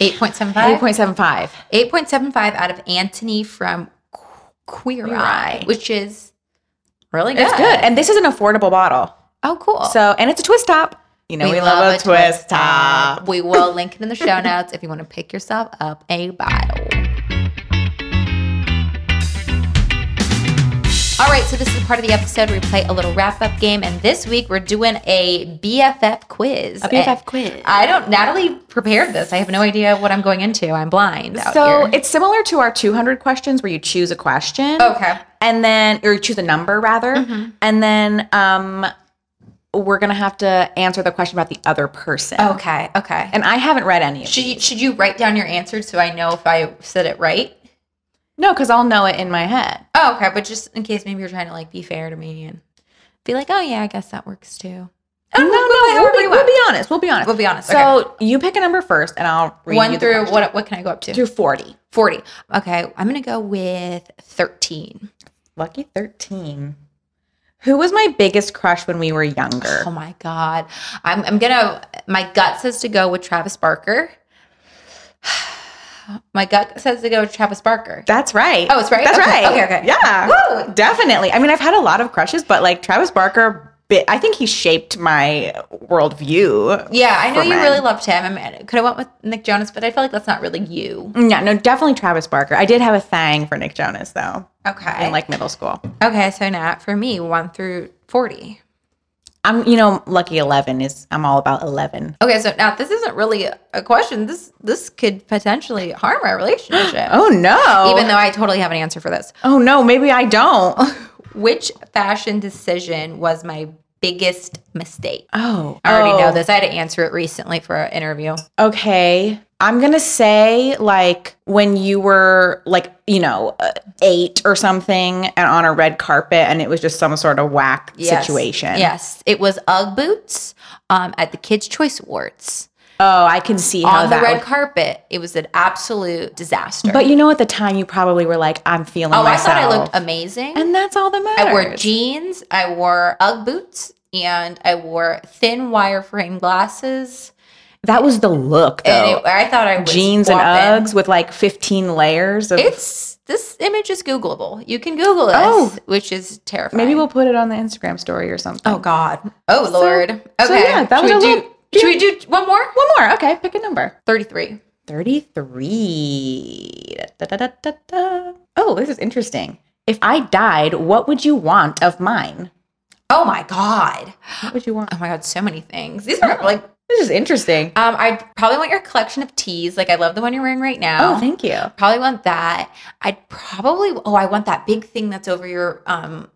[SPEAKER 1] Eight point seven
[SPEAKER 2] eight
[SPEAKER 1] five.
[SPEAKER 2] point seven five.
[SPEAKER 1] Eight point seven five out of Anthony from Qu- Queer,
[SPEAKER 2] Queer
[SPEAKER 1] Eye,
[SPEAKER 2] Eye.
[SPEAKER 1] which is really good.
[SPEAKER 2] It's good, and this is an affordable bottle.
[SPEAKER 1] oh, cool.
[SPEAKER 2] So, and it's a twist top. You know, we, love, a twist, top.
[SPEAKER 1] We will link it in the show notes if you want to pick yourself up a bottle. All right, so this is part of the episode where we play a little wrap up game, and this week we're doing a BFF quiz.
[SPEAKER 2] A BFF
[SPEAKER 1] And
[SPEAKER 2] quiz.
[SPEAKER 1] I don't. Natalie prepared this. I have no idea what I'm going into. I'm blind. out
[SPEAKER 2] so
[SPEAKER 1] here.
[SPEAKER 2] it's similar to our 200 questions where you choose a question.
[SPEAKER 1] okay.
[SPEAKER 2] And then, or you choose a number rather. And then um, we're going to have to answer the question about the other person.
[SPEAKER 1] Okay. Okay.
[SPEAKER 2] And I haven't read any of
[SPEAKER 1] should
[SPEAKER 2] these.
[SPEAKER 1] you, should you write down your answer so I know if I said it right?
[SPEAKER 2] No, because I'll know it in my head.
[SPEAKER 1] Oh, okay. But just in case, maybe you're trying to like be fair to me and be like, oh yeah, I guess that works too. Oh, play
[SPEAKER 2] no, no,
[SPEAKER 1] however
[SPEAKER 2] we'll be,
[SPEAKER 1] you
[SPEAKER 2] we'll
[SPEAKER 1] want.
[SPEAKER 2] be honest. We'll be honest.
[SPEAKER 1] We'll be honest.
[SPEAKER 2] So you pick a number first and I'll read you
[SPEAKER 1] one
[SPEAKER 2] the
[SPEAKER 1] through
[SPEAKER 2] question.
[SPEAKER 1] what? What can I go up to?
[SPEAKER 2] Through 40.
[SPEAKER 1] Forty. Okay, I'm gonna go with thirteen.
[SPEAKER 2] Lucky 13. Who was my biggest crush when we were younger?
[SPEAKER 1] Oh my god, I'm, I'm gonna. My gut says to go with Travis Barker. <sighs> my gut says to go with Travis Barker.
[SPEAKER 2] That's right.
[SPEAKER 1] Oh, it's right?
[SPEAKER 2] That's
[SPEAKER 1] Okay,
[SPEAKER 2] right.
[SPEAKER 1] okay, okay.
[SPEAKER 2] Yeah.
[SPEAKER 1] Woo!
[SPEAKER 2] Definitely. I mean, I've had a lot of crushes, but like Travis Barker, bit, I think he shaped my worldview.
[SPEAKER 1] Yeah, I know
[SPEAKER 2] For
[SPEAKER 1] you
[SPEAKER 2] men.
[SPEAKER 1] really loved him. I mean, could have went with Nick Jonas, but I feel like that's not really you.
[SPEAKER 2] Yeah, no, definitely Travis Barker. I did have a thang for Nick Jonas though
[SPEAKER 1] Okay.
[SPEAKER 2] in like middle school.
[SPEAKER 1] okay, so Nat, for me, one through forty.
[SPEAKER 2] I'm, you know, lucky 11 is, I'm all about 11.
[SPEAKER 1] Okay, so now this isn't really a question. This this could potentially harm our relationship.
[SPEAKER 2] <gasps> Oh no.
[SPEAKER 1] Even though I totally have an answer for this.
[SPEAKER 2] oh no, maybe I don't.
[SPEAKER 1] Which fashion decision was my biggest mistake?
[SPEAKER 2] Oh.
[SPEAKER 1] I already
[SPEAKER 2] oh,
[SPEAKER 1] know this. I had to answer it recently for an interview.
[SPEAKER 2] Okay. I'm going to say like when you were like, you know, uh, 8 or something and on a red carpet and it was just some sort of whack
[SPEAKER 1] Yes.
[SPEAKER 2] situation.
[SPEAKER 1] Yes, it was UGG boots um, at the Kids' Choice Awards
[SPEAKER 2] Oh, I can see
[SPEAKER 1] on
[SPEAKER 2] how
[SPEAKER 1] the
[SPEAKER 2] that
[SPEAKER 1] red
[SPEAKER 2] would-
[SPEAKER 1] carpet. It was an absolute disaster.
[SPEAKER 2] But you know at the time you probably were like I'm feeling
[SPEAKER 1] oh,
[SPEAKER 2] myself.
[SPEAKER 1] I thought I looked amazing.
[SPEAKER 2] and that's all that matters.
[SPEAKER 1] I wore jeans, I wore UGG boots, and I wore thin wireframe glasses.
[SPEAKER 2] That was the look
[SPEAKER 1] and
[SPEAKER 2] though.
[SPEAKER 1] it, I thought I was
[SPEAKER 2] jeans
[SPEAKER 1] guapin'.
[SPEAKER 2] and Uggs with like 15 layers of
[SPEAKER 1] It's this image is Googleable. You can Google this,
[SPEAKER 2] Oh.
[SPEAKER 1] which is terrifying.
[SPEAKER 2] Maybe we'll put it on the Instagram story or something.
[SPEAKER 1] Oh God. Oh Lord. Okay.
[SPEAKER 2] so yeah, that
[SPEAKER 1] should
[SPEAKER 2] was
[SPEAKER 1] we
[SPEAKER 2] a
[SPEAKER 1] do?
[SPEAKER 2] little-
[SPEAKER 1] Should we do one more?
[SPEAKER 2] One more. Okay, pick a number.
[SPEAKER 1] Thirty-three.
[SPEAKER 2] 33. Da, da, da, da, da. Oh, this is interesting. If I died, what would you want of mine?
[SPEAKER 1] Oh my God.
[SPEAKER 2] What would you want?
[SPEAKER 1] Oh my God. So many things. These are like.
[SPEAKER 2] This is interesting.
[SPEAKER 1] Um, I probably want your collection of tees. Like I love the one you're wearing right now.
[SPEAKER 2] Oh, thank you.
[SPEAKER 1] probably want that. I'd probably. Oh, I want that big thing that's over your um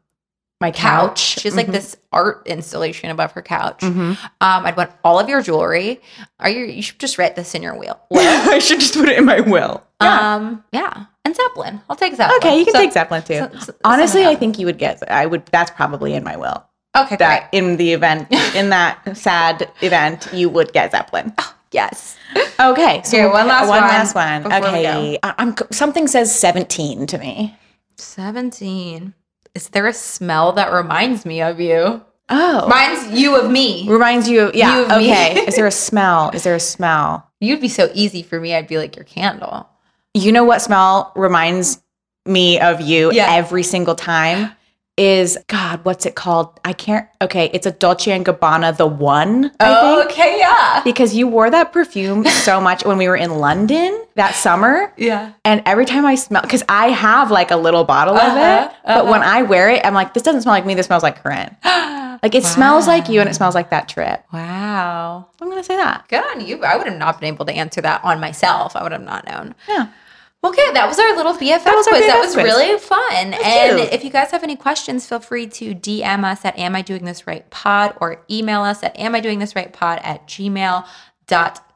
[SPEAKER 2] My
[SPEAKER 1] couch.
[SPEAKER 2] couch.
[SPEAKER 1] She's like this art installation above her couch.
[SPEAKER 2] Mhm.
[SPEAKER 1] Um, I'd want all of your jewelry. Are you? You should just write this in your wheel.
[SPEAKER 2] <laughs> I should just put it in my will. <laughs> Yeah.
[SPEAKER 1] Um, yeah, and Zeppelin. I'll take Zeppelin.
[SPEAKER 2] okay, you can
[SPEAKER 1] So-
[SPEAKER 2] take Zeppelin too.
[SPEAKER 1] so- so-
[SPEAKER 2] Honestly,
[SPEAKER 1] somehow.
[SPEAKER 2] I think you would get. I would. That's probably in my will.
[SPEAKER 1] okay,
[SPEAKER 2] That in the
[SPEAKER 1] <laughs>
[SPEAKER 2] event, in that sad event, you would get Zeppelin.
[SPEAKER 1] great. Yes.
[SPEAKER 2] Okay, so
[SPEAKER 1] Oh. Okay, one last
[SPEAKER 2] one
[SPEAKER 1] one
[SPEAKER 2] last one.
[SPEAKER 1] before we
[SPEAKER 2] Okay, I- I'm c- something says seventeen to me.
[SPEAKER 1] Seventeen. Is there a smell that reminds me of you?
[SPEAKER 2] Oh,
[SPEAKER 1] Reminds you of me.
[SPEAKER 2] reminds you of yeah.
[SPEAKER 1] You of me.
[SPEAKER 2] okay,
[SPEAKER 1] <laughs>
[SPEAKER 2] is there a smell? Is there a smell?
[SPEAKER 1] You'd be so easy for me. I'd be like your candle.
[SPEAKER 2] You know what smell reminds me of you
[SPEAKER 1] Yeah.
[SPEAKER 2] every single time is God. What's it called? I can't. Okay, it's a Dolce and Gabbana. The one. I think.
[SPEAKER 1] Oh, okay, yeah,
[SPEAKER 2] Because you wore that perfume so <laughs> much when we were in London that summer.
[SPEAKER 1] yeah.
[SPEAKER 2] And every time I smell, because I have like a little bottle of it,
[SPEAKER 1] Uh-huh,
[SPEAKER 2] but when I wear it, I'm like, this doesn't smell like me. This smells
[SPEAKER 1] <gasps>
[SPEAKER 2] like Corinne. Like it smells like you and it smells like that trip.
[SPEAKER 1] Wow.
[SPEAKER 2] I'm gonna say that.
[SPEAKER 1] Good on you. I would have not been able to answer that on myself. I would have not known.
[SPEAKER 2] Yeah.
[SPEAKER 1] Okay, that was our little BFF
[SPEAKER 2] was our
[SPEAKER 1] quiz. That
[SPEAKER 2] BFF
[SPEAKER 1] was
[SPEAKER 2] quiz.
[SPEAKER 1] really fun. and
[SPEAKER 2] cute.
[SPEAKER 1] if you guys have any questions, feel free to DM us at Am I Doing This Right Pod or email us at Am I Doing This Right Pod at gmail.com.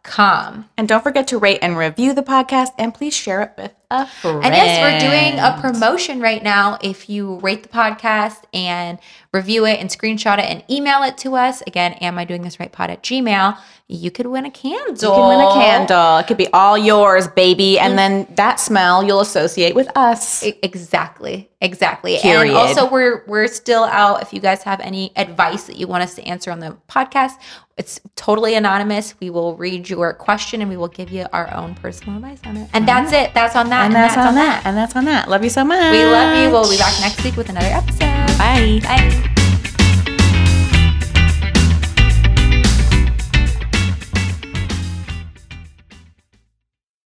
[SPEAKER 2] And don't forget to rate and review the podcast and please share it with a friend.
[SPEAKER 1] And yes, we're doing a promotion right now. If you rate the podcast and review it and screenshot it and email it to us, again, am I doing this right pod at Gmail, you could win a candle.
[SPEAKER 2] You can win a candle. It could be all yours, baby. And then that smell you'll associate with us.
[SPEAKER 1] E- Exactly. Exactly. And
[SPEAKER 2] Period.
[SPEAKER 1] also we're we're still out if you guys have any advice that you want us to answer on the podcast, it's totally anonymous. We will read your question and we will give you our own personal advice on it. And that's it. That's on that.
[SPEAKER 2] And that's on that. And that's on that. Love you so much.
[SPEAKER 1] We love you. We'll be back next week with another episode.
[SPEAKER 2] Bye.
[SPEAKER 1] Bye.